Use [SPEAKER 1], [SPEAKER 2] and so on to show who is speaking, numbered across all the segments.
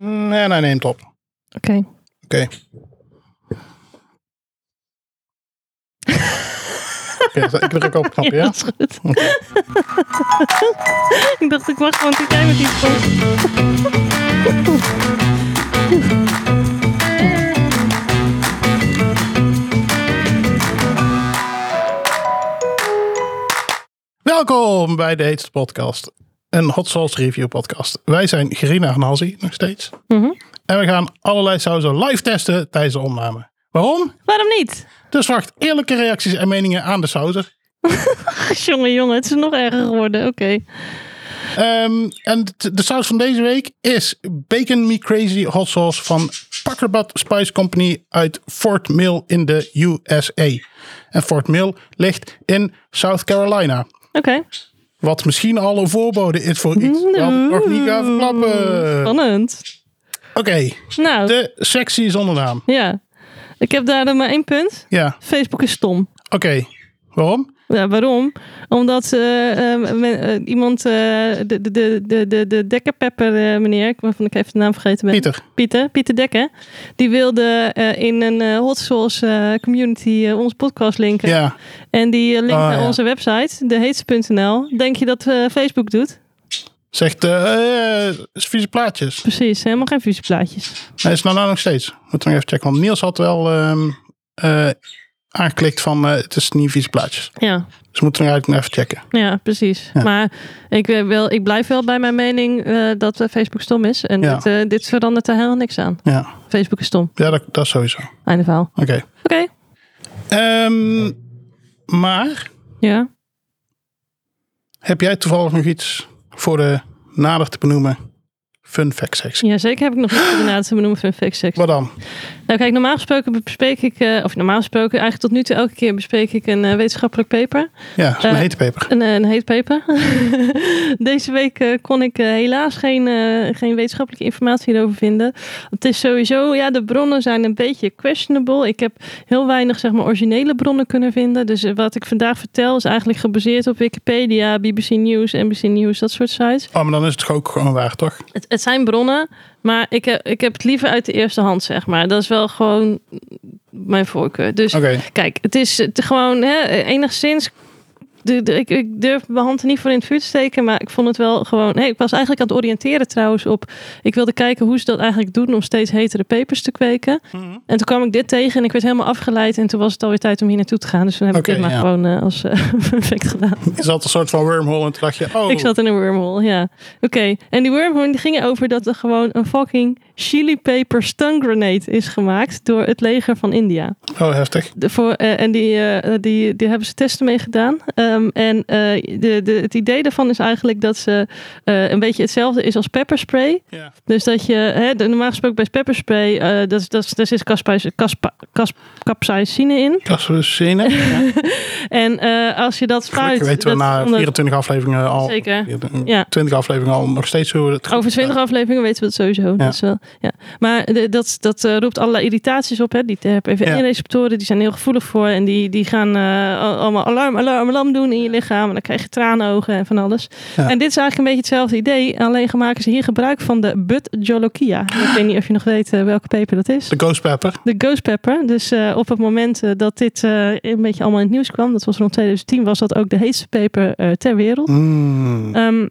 [SPEAKER 1] en Erna neemt op. Oké.
[SPEAKER 2] Oké.
[SPEAKER 1] Oké, dus ik druk op het knopje,
[SPEAKER 2] Ja,
[SPEAKER 1] ja?
[SPEAKER 2] dat is goed. ik dacht, ik wacht gewoon tot jij met iets komt.
[SPEAKER 1] Welkom bij de Heetste Podcast. Een Hot Sauce Review podcast. Wij zijn Gerina en Halsey, nog steeds.
[SPEAKER 2] Mhm.
[SPEAKER 1] En we gaan allerlei sauzen live testen tijdens de opname. Waarom?
[SPEAKER 2] Waarom niet?
[SPEAKER 1] Dus wacht eerlijke reacties en meningen aan de sauzen.
[SPEAKER 2] Jongen, jongen, het is nog erger geworden. Oké.
[SPEAKER 1] Ehm, en t- de saus van deze week is Bacon Me Crazy Hot Sauce van Pakkerbat Spice Company uit Fort Mill in de USA. En Fort Mill ligt in South Carolina.
[SPEAKER 2] Oké.
[SPEAKER 1] Wat misschien al een voorbode is voor iets wat ik nog niet ga verklappen. Oké,
[SPEAKER 2] Spannend. Nou,
[SPEAKER 1] de sectie zonder naam.
[SPEAKER 2] ja. Ik heb daar dan maar één punt.
[SPEAKER 1] Ja,
[SPEAKER 2] Facebook is stom.
[SPEAKER 1] oké. Waarom?
[SPEAKER 2] Ja, waarom? Omdat eh, eh, men- eh, iemand, eh, de, de, de, de, de, de dekkerpepper eh, meneer, waarvan ik even de naam vergeten ben.
[SPEAKER 1] Pieter.
[SPEAKER 2] Pieter, Pieter Dekker. Die wilde eh, in een eh, hot sauce eh, community eh, onze podcast linken.
[SPEAKER 1] Ja.
[SPEAKER 2] En die eh, link
[SPEAKER 1] Ah,
[SPEAKER 2] naar
[SPEAKER 1] ja.
[SPEAKER 2] onze website, deheetste.nl. Denk je dat eh, Facebook doet?
[SPEAKER 1] Zegt eh eh, vieze plaatjes.
[SPEAKER 2] Precies, helemaal geen vieze plaatjes.
[SPEAKER 1] Nee, is nou, nou nog steeds. Moet nog even checken. Want Niels had wel ehm, eh, aangeklikt van eh, het is niet vieze plaatjes.
[SPEAKER 2] Ja,
[SPEAKER 1] Dus we moeten nog eigenlijk nog even checken.
[SPEAKER 2] ja precies. Maar ik, eh, wel, ik blijf wel bij mijn mening eh, dat eh, Facebook stom is. En
[SPEAKER 1] Ja.
[SPEAKER 2] het, eh, dit verandert er helemaal niks aan.
[SPEAKER 1] Ja,
[SPEAKER 2] Facebook is stom.
[SPEAKER 1] ja dat, dat sowieso. Oké.
[SPEAKER 2] Einde verhaal. Oké,
[SPEAKER 1] Ehm, maar
[SPEAKER 2] ja.
[SPEAKER 1] heb jij toevallig nog iets voor de nader te benoemen fun fact sectie?
[SPEAKER 2] Ja, zeker heb ik nog niet inderdaad te benoemen van fake sex.
[SPEAKER 1] Wat dan?
[SPEAKER 2] Nou kijk, normaal gesproken bespreek ik, eh, of normaal gesproken, eigenlijk tot nu toe elke keer bespreek ik een eh, wetenschappelijk paper.
[SPEAKER 1] Ja, dat is een
[SPEAKER 2] Eh,
[SPEAKER 1] hete peper.
[SPEAKER 2] Een, eh, een heet paper. Deze week eh, kon ik eh, helaas geen, eh, geen wetenschappelijke informatie hierover vinden. Het is sowieso, ja, de bronnen zijn een beetje questionable. Ik heb heel weinig, zeg maar, originele bronnen kunnen vinden. Dus eh, wat ik vandaag vertel is eigenlijk gebaseerd op Wikipedia, BBC News, NBC News, dat soort sites.
[SPEAKER 1] Oh, maar dan is het ook gewoon waar, toch?
[SPEAKER 2] Het, het zijn bronnen, maar ik heb, ik heb het liever uit de eerste hand, zeg maar. Dat is wel gewoon mijn voorkeur. Dus
[SPEAKER 1] Oké.
[SPEAKER 2] kijk, het is het gewoon hè, enigszins... De, de- ik, ik durf mijn hand er niet voor in het vuur te steken, maar ik vond het wel gewoon... Hey, ik was eigenlijk aan het oriënteren trouwens op... Ik wilde kijken hoe ze dat eigenlijk doen om steeds hetere pepers te kweken.
[SPEAKER 1] Mhm.
[SPEAKER 2] En toen kwam ik dit tegen en ik werd helemaal afgeleid. En toen was het alweer tijd om hier naartoe te gaan. Dus toen heb
[SPEAKER 1] Oké,
[SPEAKER 2] ik dit maar
[SPEAKER 1] ja.
[SPEAKER 2] gewoon eh, als perfect gedaan.
[SPEAKER 1] Is dat een soort van wormhole? En toen dacht je, oh,
[SPEAKER 2] Ik zat in een wormhole, ja. Oké, en die wormhole die ging over dat er gewoon een fucking chili paper stun grenade is gemaakt door het leger van India.
[SPEAKER 1] oh heftig.
[SPEAKER 2] De, voor, eh, en die, eh, die, die hebben ze testen mee gedaan. Ehm, en eh, de, de, het idee daarvan is eigenlijk dat ze eh, een beetje hetzelfde is als pepperspray.
[SPEAKER 1] Ja.
[SPEAKER 2] Dus dat je, hè, de, normaal gesproken bij pepperspray, eh dat, is- dat, is- daar zit caspais- caspa- cas- capsaicine in.
[SPEAKER 1] Dat is een scene. Ja.
[SPEAKER 2] En eh, als je dat spuit...
[SPEAKER 1] Gelukkig weten we
[SPEAKER 2] dat-
[SPEAKER 1] na
[SPEAKER 2] omdat-
[SPEAKER 1] 24 afleveringen al.
[SPEAKER 2] Zeker.
[SPEAKER 1] 24
[SPEAKER 2] Ja.
[SPEAKER 1] 20 afleveringen al nog steeds hoe het
[SPEAKER 2] Over 20 afleveringen weten we het sowieso.
[SPEAKER 1] Ja.
[SPEAKER 2] Dat is wel, ja. Maar de- dat, dat eh, roept allerlei irritaties op. Hè. Die
[SPEAKER 1] Ja.
[SPEAKER 2] TRPV1-receptoren die zijn heel gevoelig voor. En die, die gaan eh, al- allemaal alarm, alarm, alarm doen in je lichaam. En dan krijg je traanogen en van alles.
[SPEAKER 1] Ja.
[SPEAKER 2] En dit is eigenlijk een beetje hetzelfde idee. Alleen maken ze hier gebruik van de Butt-Jolokia. Ik weet niet of je nog weet eh, welke peper dat is.
[SPEAKER 1] De Ghost Pepper.
[SPEAKER 2] De Ghost Pepper. Dus eh, op het moment eh, dat dit eh, een beetje allemaal in het nieuws kwam. Dat was rond 2010. Was dat ook de heetste peper eh, ter wereld.
[SPEAKER 1] Mm.
[SPEAKER 2] Ehm,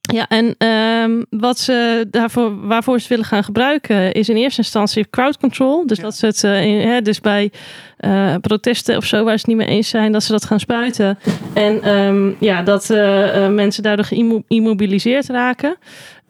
[SPEAKER 2] ja, en ehm, wat ze daarvoor, waarvoor ze het willen gaan gebruiken is in eerste instantie crowd control. Dus
[SPEAKER 1] Ja.
[SPEAKER 2] dat ze het eh, in- hè, dus bij eh, protesten of zo waar ze het niet mee eens zijn, dat ze dat gaan spuiten. En ehm, ja, dat eh, eh, mensen daardoor geïmmobiliseerd raken.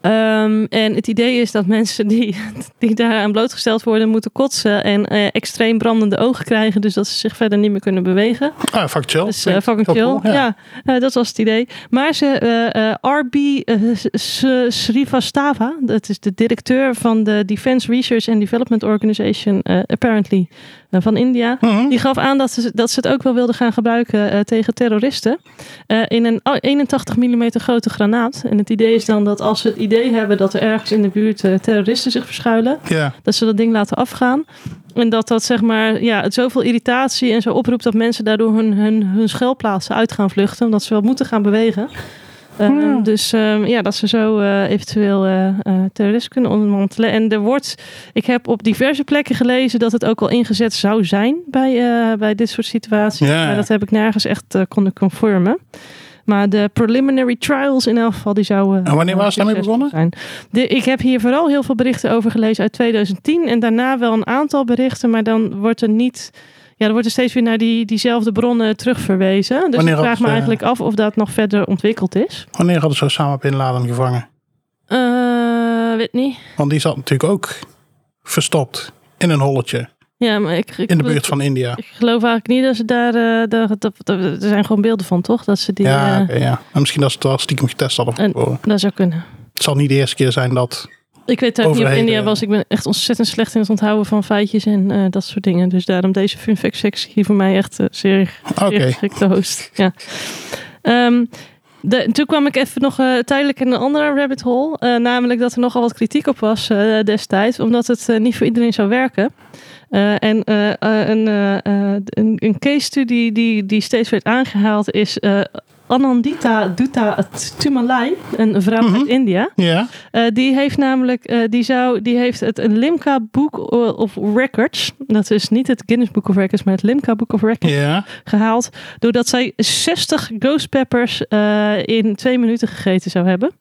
[SPEAKER 2] Ehm, en het idee is dat mensen die, die daaraan blootgesteld worden moeten kotsen en eh, extreem brandende ogen krijgen. Dus dat ze zich verder niet meer kunnen bewegen.
[SPEAKER 1] Ah, fuck chill.
[SPEAKER 2] Dus eh, fucking
[SPEAKER 1] Heel
[SPEAKER 2] chill.
[SPEAKER 1] cool,
[SPEAKER 2] ja,
[SPEAKER 1] ja.
[SPEAKER 2] eh, dat was het idee. Maar ze, eh, eh, RB eh, S- S- Srivastava, dat is de directeur van de Defense Research and Development Organization, eh, apparently, eh, van India.
[SPEAKER 1] Mhm.
[SPEAKER 2] Die gaf aan dat ze, dat ze het ook wel wilden gaan gebruiken eh, tegen terroristen. eh, in een 81 mm grote granaat. En het idee is dan dat als ze het idee hebben dat er ergens in de buurt eh, terroristen zich verschuilen
[SPEAKER 1] Ja.
[SPEAKER 2] dat ze dat ding laten afgaan. En dat dat zeg maar, ja, het zoveel irritatie en zo oproept dat mensen daardoor hun, hun, hun schuilplaatsen uit gaan vluchten. Omdat ze wel moeten gaan bewegen. Eh, Um, Dus um, ja, dat ze zo uh, eventueel uh, uh, terroristen kunnen ontmantelen. En er wordt, ik heb op diverse plekken gelezen dat het ook al ingezet zou zijn bij, eh, bij dit soort situaties.
[SPEAKER 1] Ja.
[SPEAKER 2] Maar dat heb ik nergens echt eh, konden confirmen. Maar de preliminary trials in elk geval, die zouden.
[SPEAKER 1] En wanneer
[SPEAKER 2] eh,
[SPEAKER 1] waren ze daarmee
[SPEAKER 2] succesvol Zijn. De, ik heb hier vooral heel veel berichten over gelezen uit 2010. En daarna wel een aantal berichten, maar dan wordt er niet. Ja, dan wordt er steeds weer naar die, diezelfde bronnen terugverwezen. Dus
[SPEAKER 1] Wanneer eh, had
[SPEAKER 2] ik vraag me
[SPEAKER 1] ze-
[SPEAKER 2] eigenlijk af of dat nog verder ontwikkeld is.
[SPEAKER 1] Wanneer hadden ze Osama Bin Laden gevangen?
[SPEAKER 2] Eh weet niet.
[SPEAKER 1] Want die zat natuurlijk ook verstopt in een holletje
[SPEAKER 2] Ja, maar ik, ik,
[SPEAKER 1] in de buurt van India.
[SPEAKER 2] ik geloof eigenlijk niet dat ze daar. eh, daar dat, dat- er zijn gewoon beelden van, toch? Dat ze die.
[SPEAKER 1] Ja,
[SPEAKER 2] eh,
[SPEAKER 1] oké, ja. En misschien dat ze het wel stiekem getest hadden. van
[SPEAKER 2] En-
[SPEAKER 1] tevoren.
[SPEAKER 2] dat zou kunnen.
[SPEAKER 1] Het zal niet de eerste keer zijn dat.
[SPEAKER 2] Ik weet dat ik niet op
[SPEAKER 1] Overheden. eh.
[SPEAKER 2] India was. Ik ben echt ontzettend slecht in het onthouden van feitjes en eh, dat soort dingen. Dus daarom deze fun fact sectie hier voor mij echt eh, zeer,
[SPEAKER 1] Oké.
[SPEAKER 2] zeer geschikte host. Ja. Ehm, de, toen kwam ik even nog eh, tijdelijk in een andere rabbit hole. eh, namelijk dat er nogal wat kritiek op was eh, destijds. Omdat het eh, niet voor iedereen zou werken. Eh, en eh, eh, een, eh, eh, een, een case study die, die steeds werd aangehaald is... eh, Anandita Dutta Tumalai, een vrouw
[SPEAKER 1] Mhm.
[SPEAKER 2] uit India.
[SPEAKER 1] Ja.
[SPEAKER 2] Eh, die heeft namelijk, eh, die zou, die heeft het een Limca Book of Records, dat is niet het Guinness Book of Records, maar het Limca Book of Records
[SPEAKER 1] Ja.
[SPEAKER 2] gehaald, doordat zij 60 ghost peppers eh, in twee minuten gegeten zou hebben.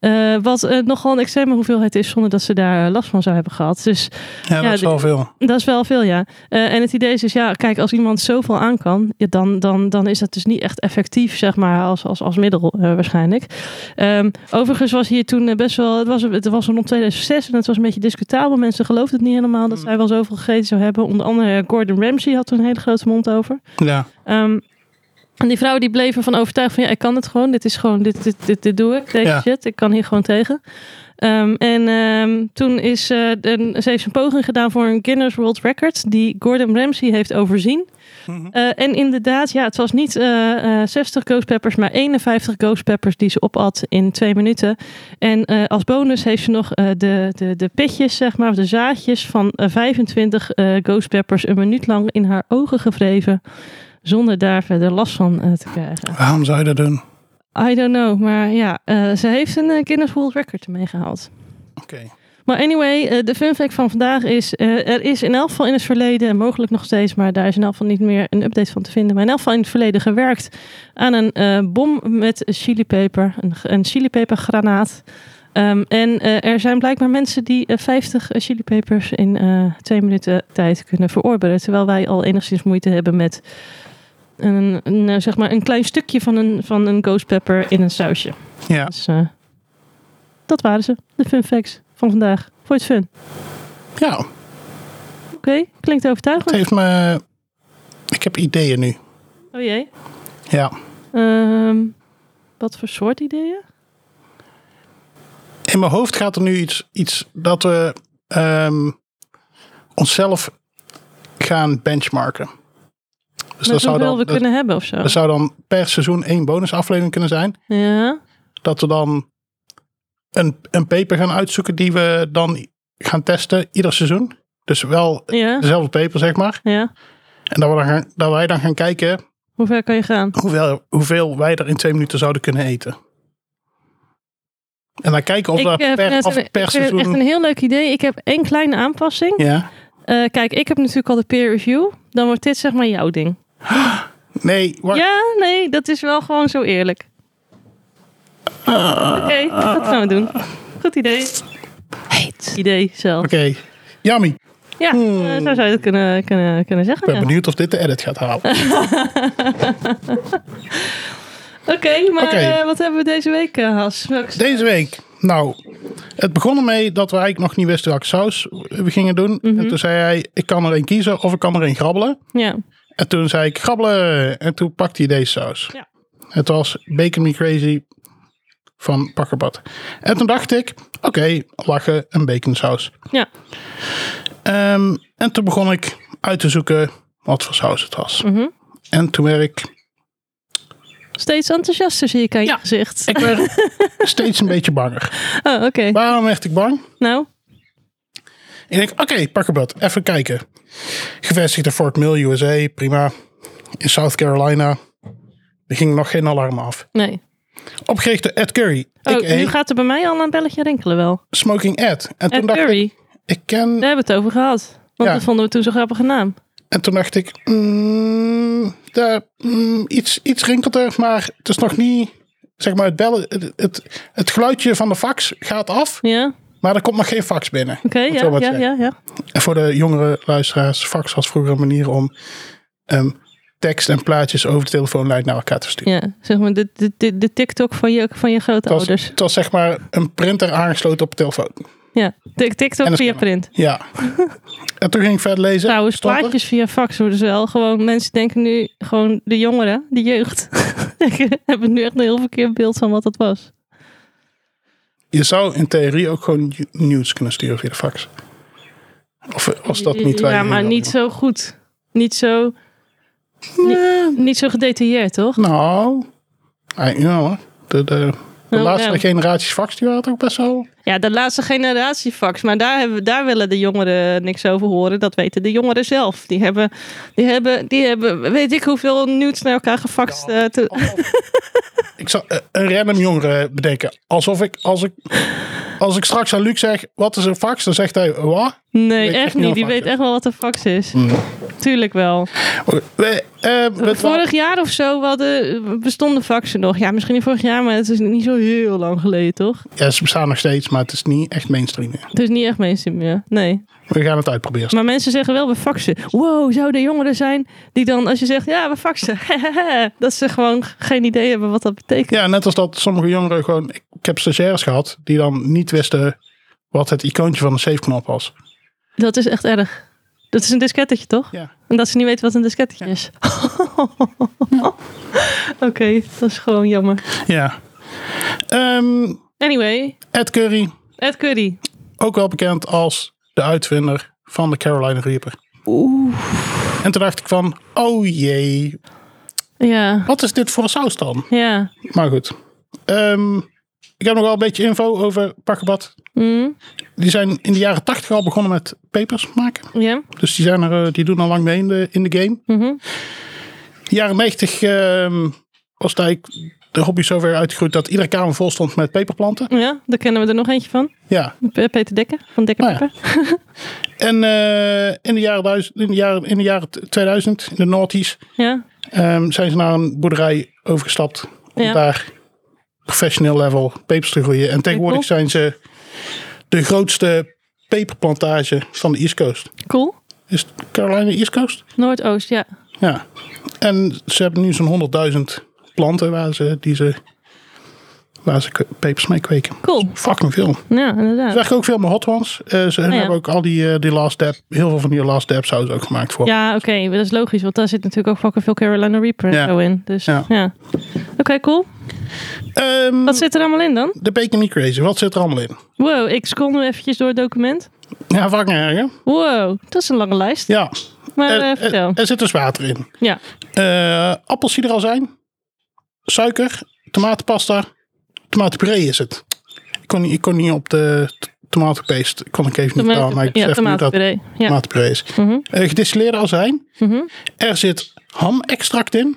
[SPEAKER 2] Eh, wat eh, nogal een extreme hoeveelheid is zonder dat ze daar eh, last van zou hebben gehad. Dus
[SPEAKER 1] Ja, dat is
[SPEAKER 2] de-
[SPEAKER 1] wel veel.
[SPEAKER 2] dat is wel veel, ja. Eh, en het idee is dus, ja, kijk, als iemand zoveel aan kan, ja, dan, dan, dan is dat dus niet echt effectief, zeg maar, als, als, als middel eh, waarschijnlijk. Ehm, overigens was hier toen eh, best wel, het was, het was rond 2006 en het was een beetje discutabel. Mensen geloofden het niet helemaal dat zij wel zoveel gegeten zou hebben. Onder andere eh, Gordon Ramsay had toen een hele grote mond over.
[SPEAKER 1] Ja.
[SPEAKER 2] Ehm, en die vrouwen die bleven van overtuigd van ja, ik kan het gewoon. Dit is gewoon, dit, dit, dit, dit doe ik. Deze
[SPEAKER 1] Ja.
[SPEAKER 2] shit, ik kan hier gewoon tegen. Ehm, en ehm, toen is, eh, de- ze heeft een poging gedaan voor een Guinness World Record. Die Gordon Ramsay heeft overzien. Eh, en inderdaad, ja, het was niet eh, eh, 60 ghost peppers, maar 51 ghost peppers die ze opat in twee minuten. En eh, als bonus heeft ze nog eh, de, de, de pitjes, zeg maar, of de zaadjes van eh, 25 eh, ghost peppers een minuut lang in haar ogen gewreven. Zonder daar verder last van eh, te krijgen.
[SPEAKER 1] Waarom zou je dat doen?
[SPEAKER 2] I don't know, maar ja, eh, ze heeft een eh, Guinness World Record ermee gehaald.
[SPEAKER 1] Oké.
[SPEAKER 2] Maar anyway, eh, de fun fact van vandaag is: eh, er is in elk geval in het verleden, en mogelijk nog steeds, maar daar is in elk geval niet meer een update van te vinden. Maar in elk geval in het verleden gewerkt aan een eh, bom met chilipeper, een, g- een chilipepergranaat. Ehm, en eh, er zijn blijkbaar mensen die eh, 50 chilipepers in eh, twee minuten tijd kunnen verorberen. Terwijl wij al enigszins moeite hebben met een, een, eh, zeg maar een klein stukje van een, van een ghost pepper in een sausje.
[SPEAKER 1] Ja.
[SPEAKER 2] Dus, eh, dat waren ze, de fun facts van vandaag. Vond je het fun?
[SPEAKER 1] Ja.
[SPEAKER 2] Oké, klinkt
[SPEAKER 1] Het
[SPEAKER 2] overtuigend.
[SPEAKER 1] heeft me. Ik heb ideeën nu.
[SPEAKER 2] Oh jee.
[SPEAKER 1] Ja.
[SPEAKER 2] Ehm, wat voor soort ideeën?
[SPEAKER 1] Dus In mijn hoofd gaat er nu iets, iets dat we ehm, onszelf gaan benchmarken. Dus
[SPEAKER 2] Met
[SPEAKER 1] dat zou,
[SPEAKER 2] hoeveel
[SPEAKER 1] dan,
[SPEAKER 2] we
[SPEAKER 1] dat,
[SPEAKER 2] kunnen hebben of zo.
[SPEAKER 1] dat zou dan per seizoen één bonusaflevering kunnen zijn.
[SPEAKER 2] Ja.
[SPEAKER 1] dat we dan een, een paper gaan uitzoeken die we dan gaan testen ieder seizoen. Dus wel
[SPEAKER 2] Ja.
[SPEAKER 1] dezelfde paper, zeg maar.
[SPEAKER 2] Ja.
[SPEAKER 1] En dat, we dan gaan, dat wij dan gaan kijken
[SPEAKER 2] Hoe ver kan je gaan?
[SPEAKER 1] hoeveel, hoeveel wij er in twee minuten zouden kunnen eten. En dan kijken of
[SPEAKER 2] ik
[SPEAKER 1] we
[SPEAKER 2] eh, vind
[SPEAKER 1] per,
[SPEAKER 2] het
[SPEAKER 1] of
[SPEAKER 2] een-
[SPEAKER 1] per
[SPEAKER 2] ik vind het echt
[SPEAKER 1] seizoen...
[SPEAKER 2] een heel leuk idee. Ik heb één kleine aanpassing.
[SPEAKER 1] Ja.
[SPEAKER 2] Eh, kijk, ik heb natuurlijk al de peer review. Dan wordt dit zeg maar jouw ding.
[SPEAKER 1] Nee, wacht.
[SPEAKER 2] Ja, nee, dat is wel gewoon zo eerlijk. Oké, dat gaan we doen. Goed idee. Heet. Idee zelf.
[SPEAKER 1] Oké. Yummy. Ik
[SPEAKER 2] Ja, eh,
[SPEAKER 1] Hmm.
[SPEAKER 2] zo zou je dat kunnen, kunnen, kunnen zeggen.
[SPEAKER 1] ben
[SPEAKER 2] ja.
[SPEAKER 1] benieuwd of dit de edit gaat halen.
[SPEAKER 2] Oké, maar
[SPEAKER 1] Oké.
[SPEAKER 2] eh, wat hebben we deze week, eh, Has? Welke-
[SPEAKER 1] Deze week. Nou, het begon ermee dat we eigenlijk nog niet wisten welke saus we gingen doen.
[SPEAKER 2] Mhm.
[SPEAKER 1] En toen zei hij, ik kan er één kiezen of ik kan er één grabbelen.
[SPEAKER 2] Ja.
[SPEAKER 1] En toen zei ik grabbelen. En toen pakte hij deze saus.
[SPEAKER 2] Ja.
[SPEAKER 1] Het was Bacon Me Crazy van Pakkerbad. En toen dacht ik, oké, lachen, een baconsaus.
[SPEAKER 2] ja.
[SPEAKER 1] Ehm, en toen begon ik uit te zoeken wat voor saus het was.
[SPEAKER 2] Mhm.
[SPEAKER 1] En toen werd ik,
[SPEAKER 2] Steeds enthousiaster zie ik aan
[SPEAKER 1] Ja.
[SPEAKER 2] je gezicht.
[SPEAKER 1] ik werd steeds een beetje banger.
[SPEAKER 2] Oh, oké.
[SPEAKER 1] Waarom werd ik bang?
[SPEAKER 2] Nou,
[SPEAKER 1] Ik denk, oké, Pakkerbad, even kijken. Gevestigd in Fort Mill, USA, prima. In South Carolina. Er ging nog geen alarm af.
[SPEAKER 2] nee.
[SPEAKER 1] Opgericht door Ed Curry.
[SPEAKER 2] Oh,
[SPEAKER 1] a.k.a.
[SPEAKER 2] nu gaat er bij mij al een belletje rinkelen wel.
[SPEAKER 1] Smoking Ed. En toen
[SPEAKER 2] Ed
[SPEAKER 1] dacht ik,
[SPEAKER 2] Curry,
[SPEAKER 1] ik ken.
[SPEAKER 2] daar hebben we het over gehad. Want
[SPEAKER 1] Ja.
[SPEAKER 2] dat vonden we toen zo'n grappige naam.
[SPEAKER 1] En toen dacht ik, mm, daar, mm, iets, iets rinkelt er, maar het is nog niet. Zeg maar, het, bellen, het, het, het geluidje van de fax gaat af,
[SPEAKER 2] Ja, oké,
[SPEAKER 1] maar er komt nog geen fax binnen. Om het
[SPEAKER 2] ja,
[SPEAKER 1] zo maar te
[SPEAKER 2] ja,
[SPEAKER 1] zeggen.
[SPEAKER 2] ja, ja.
[SPEAKER 1] En voor de jongere luisteraars, fax was vroeger een manier om ehm, tekst en plaatjes over de telefoonlijn naar elkaar te sturen.
[SPEAKER 2] ja. Zeg maar de, de, de, de TikTok van je, van je
[SPEAKER 1] Het was,
[SPEAKER 2] grootouders.
[SPEAKER 1] het was zeg maar een printer aangesloten op de telefoon.
[SPEAKER 2] Ja, Tik-
[SPEAKER 1] En
[SPEAKER 2] TikTok
[SPEAKER 1] een scanner.
[SPEAKER 2] via print.
[SPEAKER 1] Ja. en toen ging ik verder lezen.
[SPEAKER 2] Trouwens,
[SPEAKER 1] Stond er.
[SPEAKER 2] plaatjes via fax worden ze wel. Gewoon mensen denken nu, gewoon de jongeren, de jeugd, denken- hebben nu echt een heel verkeerd beeld van wat dat was.
[SPEAKER 1] Je zou in theorie ook gewoon nieu- nieuws kunnen sturen via de fax. Of was dat niet waar
[SPEAKER 2] Ja,
[SPEAKER 1] je
[SPEAKER 2] maar
[SPEAKER 1] heen
[SPEAKER 2] niet
[SPEAKER 1] wilde?
[SPEAKER 2] zo goed. Niet zo, niet zo gedetailleerd, toch?
[SPEAKER 1] Nou, I- ja hoor. De, de, de
[SPEAKER 2] Oh,
[SPEAKER 1] laatste
[SPEAKER 2] ja.
[SPEAKER 1] generaties fax die waren toch best wel...
[SPEAKER 2] Ja, de laatste generatie fax. Maar daar, hebben, daar willen de jongeren niks over horen. Dat weten de jongeren zelf. Die hebben, die hebben, die hebben weet ik hoeveel nieuws naar elkaar gefaxt. eh, toe-
[SPEAKER 1] Oh, Ik zal eh, een random jongere bedenken. Alsof ik, als ik, als ik straks aan Luc zeg, wat is een fax? Dan zegt hij, wat?
[SPEAKER 2] nee,
[SPEAKER 1] weet echt
[SPEAKER 2] echt
[SPEAKER 1] niet
[SPEAKER 2] niet.
[SPEAKER 1] wat fax
[SPEAKER 2] Die weet
[SPEAKER 1] is. Mm.
[SPEAKER 2] echt wel wat een fax is. Tuurlijk wel.
[SPEAKER 1] Oké, we, eh, we-
[SPEAKER 2] Vorig jaar of zo hadden, bestonden faxen nog. Ja, misschien niet vorig jaar, maar het is niet zo heel lang geleden, toch?
[SPEAKER 1] ja, ze bestaan nog steeds, maar het is niet echt mainstream meer.
[SPEAKER 2] Het is niet echt mainstream meer. Nee.
[SPEAKER 1] We gaan het uitproberen.
[SPEAKER 2] Maar mensen zeggen wel, we faxen. Wow, zouden er jongeren zijn die dan, als je zegt, ja, we faxen. dat ze gewoon geen idee hebben wat dat betekent.
[SPEAKER 1] Ja, net als dat sommige jongeren gewoon... Ik, ik heb stagiaires gehad die dan niet wisten wat het icoontje van de save-knop was.
[SPEAKER 2] Dat is echt erg. Dat is een diskettetje, toch?
[SPEAKER 1] Ja.
[SPEAKER 2] En dat ze niet weten wat een diskettetje is. Oké, dat is gewoon jammer.
[SPEAKER 1] Ja. Ehm,
[SPEAKER 2] Anyway,
[SPEAKER 1] Ed Curry,
[SPEAKER 2] Ed Curry.
[SPEAKER 1] ook wel bekend als de uitvinder van de Carolina Reaper. Oeh. En toen dacht ik van, oh jee,
[SPEAKER 2] Ja,
[SPEAKER 1] wat is dit voor een saus dan?
[SPEAKER 2] ja.
[SPEAKER 1] Maar goed. Ehm, ik heb nog wel een beetje info over Pakkenbad.
[SPEAKER 2] Mm,
[SPEAKER 1] Die zijn in de jaren tachtig al begonnen met papers maken.
[SPEAKER 2] ja.
[SPEAKER 1] Dus die, zijn er, eh, die doen al lang mee in de, in de game.
[SPEAKER 2] Mhm.
[SPEAKER 1] De jaren 90 ehm, was het eigenlijk de hobby zover uitgegroeid dat iedere kamer vol stond met peperplanten.
[SPEAKER 2] ja, daar kennen we er nog eentje van.
[SPEAKER 1] Ja.
[SPEAKER 2] Pe- Peter Dekker van Dekker
[SPEAKER 1] Nou ja.
[SPEAKER 2] Pepper.
[SPEAKER 1] En eh, in, de jaren, duiz- in, de jaren, in de jaren 2000, in de Naughties,
[SPEAKER 2] Ja.
[SPEAKER 1] ehm, zijn ze naar een boerderij overgestapt. Om
[SPEAKER 2] Ja.
[SPEAKER 1] daar professioneel level pepers te groeien. En tegenwoordig
[SPEAKER 2] Cool.
[SPEAKER 1] zijn ze de grootste peperplantage van de East Coast.
[SPEAKER 2] Cool.
[SPEAKER 1] Is het Carolina East Coast?
[SPEAKER 2] Noordoost, ja.
[SPEAKER 1] Ja. En ze hebben nu zo'n 100.000 planten waar ze, die ze, waar ze k- pepers mee kweken.
[SPEAKER 2] Cool.
[SPEAKER 1] Fucking veel. Ze
[SPEAKER 2] Ja, inderdaad.
[SPEAKER 1] werken ook veel met hot ones. Eh, ze
[SPEAKER 2] Oh ja.
[SPEAKER 1] hebben ook al die, eh, die last dab, heel veel van die last dab saus ook gemaakt voor.
[SPEAKER 2] Ja, oké. Dat is logisch, want daar zit natuurlijk ook fucking veel Carolina Reaper en
[SPEAKER 1] Ja.
[SPEAKER 2] zo in. Dus
[SPEAKER 1] Ja.
[SPEAKER 2] ja. Oké, cool.
[SPEAKER 1] Ehm,
[SPEAKER 2] Wat zit er allemaal in dan?
[SPEAKER 1] De Bacon Me Crazy, wat zit er allemaal in?
[SPEAKER 2] Wow, ik scroll nu eventjes door het document.
[SPEAKER 1] Ja, fucking erg hè?
[SPEAKER 2] Wow, dat is een lange lijst.
[SPEAKER 1] Ja.
[SPEAKER 2] Maar
[SPEAKER 1] Er,
[SPEAKER 2] eh,
[SPEAKER 1] er,
[SPEAKER 2] vertel.
[SPEAKER 1] er zit dus water in.
[SPEAKER 2] ja.
[SPEAKER 1] Eh appels die er al zijn. Suiker, tomatenpasta, tomatenpuree is het. Ik kon, niet- ik kon niet op de t- tomatenpaste, kon ik even niet
[SPEAKER 2] Tomaten-
[SPEAKER 1] halen, maar ik
[SPEAKER 2] ja,
[SPEAKER 1] besef nu dat
[SPEAKER 2] tomatenpuree. Ja. Mhm.
[SPEAKER 1] tomatenpuree is. Eh, gedistilleerde azijn. Er zit hamextract in.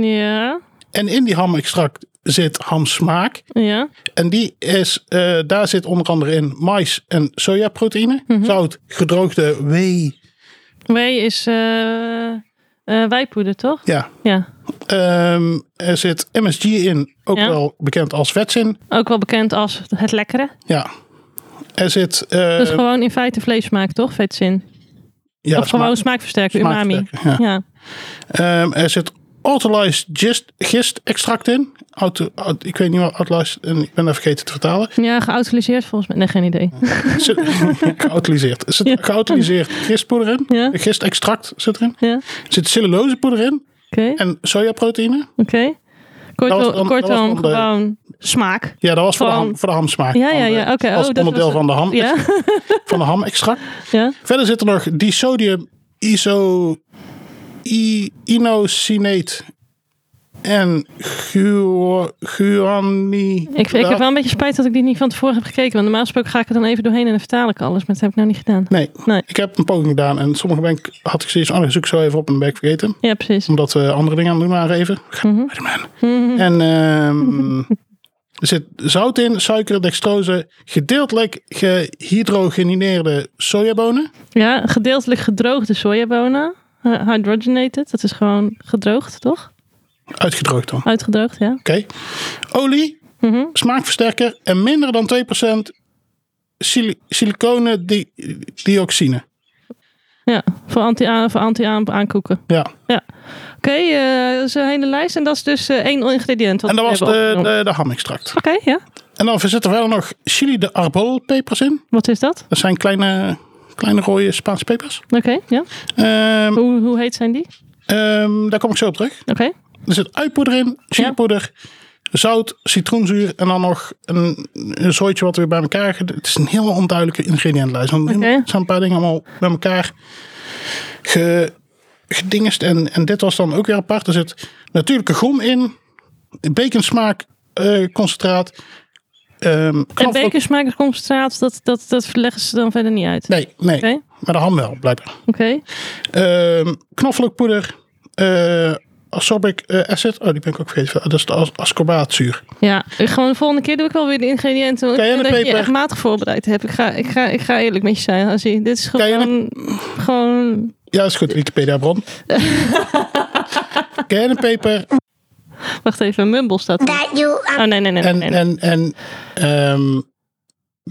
[SPEAKER 2] ja,
[SPEAKER 1] En in die hamextract zit hamsmaak.
[SPEAKER 2] ja,
[SPEAKER 1] En die is, eh, daar zit onder andere in mais en sojaproteïne,
[SPEAKER 2] Mhm.
[SPEAKER 1] zout, gedroogde wee.
[SPEAKER 2] Wee is eh eh, wijpoeder, toch?
[SPEAKER 1] Ja.
[SPEAKER 2] Ja.
[SPEAKER 1] Ehm, er zit MSG in, ook
[SPEAKER 2] Ja.
[SPEAKER 1] wel bekend als vetsin.
[SPEAKER 2] Ook wel bekend als het lekkere.
[SPEAKER 1] Ja. Er zit eh,
[SPEAKER 2] Dus gewoon in feite vleesmaak, toch? Vetzin.
[SPEAKER 1] ja,
[SPEAKER 2] of gewoon smaakversterker, umami.
[SPEAKER 1] smaakversterker,
[SPEAKER 2] Ja.
[SPEAKER 1] smaak. Ehm, er zit autolyzed gist, gist extract in. Auto, aut- ik weet niet wat autolyzed, en ik ben dat vergeten te vertalen.
[SPEAKER 2] ja. geautoriseerd volgens mij. Nee, geen idee.
[SPEAKER 1] Er zit- geautoriseerd. Er zit
[SPEAKER 2] Ja.
[SPEAKER 1] geautoriseerd gistpoeder in.
[SPEAKER 2] Ja.
[SPEAKER 1] Gistextract zit erin.
[SPEAKER 2] Ja,
[SPEAKER 1] Er zit cellulosepoeder in
[SPEAKER 2] oké.
[SPEAKER 1] en sojaproteïne.
[SPEAKER 2] oké.
[SPEAKER 1] was
[SPEAKER 2] Kortom,
[SPEAKER 1] dan- dat was
[SPEAKER 2] kortom
[SPEAKER 1] dan de-
[SPEAKER 2] gewoon smaak.
[SPEAKER 1] Ja, dat was voor, de,
[SPEAKER 2] Van-
[SPEAKER 1] ham, voor de hamsmaak.
[SPEAKER 2] Ja,
[SPEAKER 1] Van
[SPEAKER 2] ja,
[SPEAKER 1] de-
[SPEAKER 2] ja, oké.
[SPEAKER 1] Als
[SPEAKER 2] Oh, dat
[SPEAKER 1] onderdeel
[SPEAKER 2] was-
[SPEAKER 1] van de ham,
[SPEAKER 2] Ja,
[SPEAKER 1] van de ham extract.
[SPEAKER 2] ja.
[SPEAKER 1] Verder zit er nog disodium iso i, inosinate en Guo- Guani.
[SPEAKER 2] Ik, ik heb wel een beetje spijt dat ik die niet van tevoren heb gekeken. Want normaal gesproken ga ik er dan even doorheen en dan vertaal ik alles. Maar dat heb ik nou niet gedaan.
[SPEAKER 1] Nee,
[SPEAKER 2] Nee.
[SPEAKER 1] ik heb een poging gedaan en sommige ben ik, had ik zoiets andere zoek ik zo even op en ben ik vergeten.
[SPEAKER 2] Ja, precies.
[SPEAKER 1] Omdat we andere dingen aan het doen waren even.
[SPEAKER 2] Mhm.
[SPEAKER 1] Spider-Man. En ehm, er zit zout in, suiker, dextrose, gedeeltelijk gehydrogenineerde sojabonen.
[SPEAKER 2] Ja, gedeeltelijk gedroogde sojabonen. eh, hydrogenated. Dat is gewoon gedroogd, toch?
[SPEAKER 1] Uitgedroogd dan.
[SPEAKER 2] Uitgedroogd, ja.
[SPEAKER 1] Oké. Olie,
[SPEAKER 2] Mhm.
[SPEAKER 1] smaakversterker en minder dan 2% sil siliconendioxine.
[SPEAKER 2] Ja, voor anti-aan voor anti aankoeken.
[SPEAKER 1] Ja.
[SPEAKER 2] Ja. Oké, eh, dat is een hele lijst. En dat is dus eh, één ingrediënt. Wat
[SPEAKER 1] En dat
[SPEAKER 2] we
[SPEAKER 1] was
[SPEAKER 2] hebben
[SPEAKER 1] de,
[SPEAKER 2] opgenomen.
[SPEAKER 1] de, de ham-extract.
[SPEAKER 2] Oké, ja.
[SPEAKER 1] En dan zitten wel nog chili de arbolpepers in.
[SPEAKER 2] Wat is dat?
[SPEAKER 1] Dat zijn kleine, kleine rode Spaanse pepers.
[SPEAKER 2] Oké, ja.
[SPEAKER 1] Ehm,
[SPEAKER 2] Hoe, hoe heet zijn die?
[SPEAKER 1] ehm, daar kom ik zo op terug.
[SPEAKER 2] Oké.
[SPEAKER 1] Er zit uitpoeder in, chilipoeder, zout, citroenzuur en dan nog een, een zooitje wat weer bij elkaar. ged- Het is een heel onduidelijke ingrediëntlijst. Want
[SPEAKER 2] Oké.
[SPEAKER 1] Er zijn een paar dingen allemaal bij elkaar ge, gedingest. En, en dit was dan ook weer apart. Er zit natuurlijke gom in, baconsmaak, eh concentraat. ehm
[SPEAKER 2] En
[SPEAKER 1] knoflook-
[SPEAKER 2] bekersmakersconcentraat, dat, dat, dat leggen ze dan verder niet uit. Oké.
[SPEAKER 1] Nee, nee.
[SPEAKER 2] Oké.
[SPEAKER 1] Maar de ham wel, blijkbaar. Ehm, knoflookpoeder, eh ascorbic eh, acid. Oh, die ben ik ook vergeten. Dat is de as- ascorbaatzuur.
[SPEAKER 2] Ja, gewoon de volgende keer doe ik wel weer de ingrediënten. want
[SPEAKER 1] Kan
[SPEAKER 2] ik
[SPEAKER 1] jij
[SPEAKER 2] vind
[SPEAKER 1] een
[SPEAKER 2] dat je
[SPEAKER 1] peper?
[SPEAKER 2] echt matig voorbereid hebt. Ik ga, ik ga, ik ga eerlijk met je zijn, Azie. Dit is
[SPEAKER 1] Kan jij
[SPEAKER 2] gewoon, gewoon...
[SPEAKER 1] Ja, is goed. Wikipedia-bron. Kernenpeper
[SPEAKER 2] Wacht even, mumble staat er.
[SPEAKER 3] that you
[SPEAKER 2] Oh, nee, nee, nee. nee,
[SPEAKER 1] en,
[SPEAKER 2] nee.
[SPEAKER 1] en, en ehm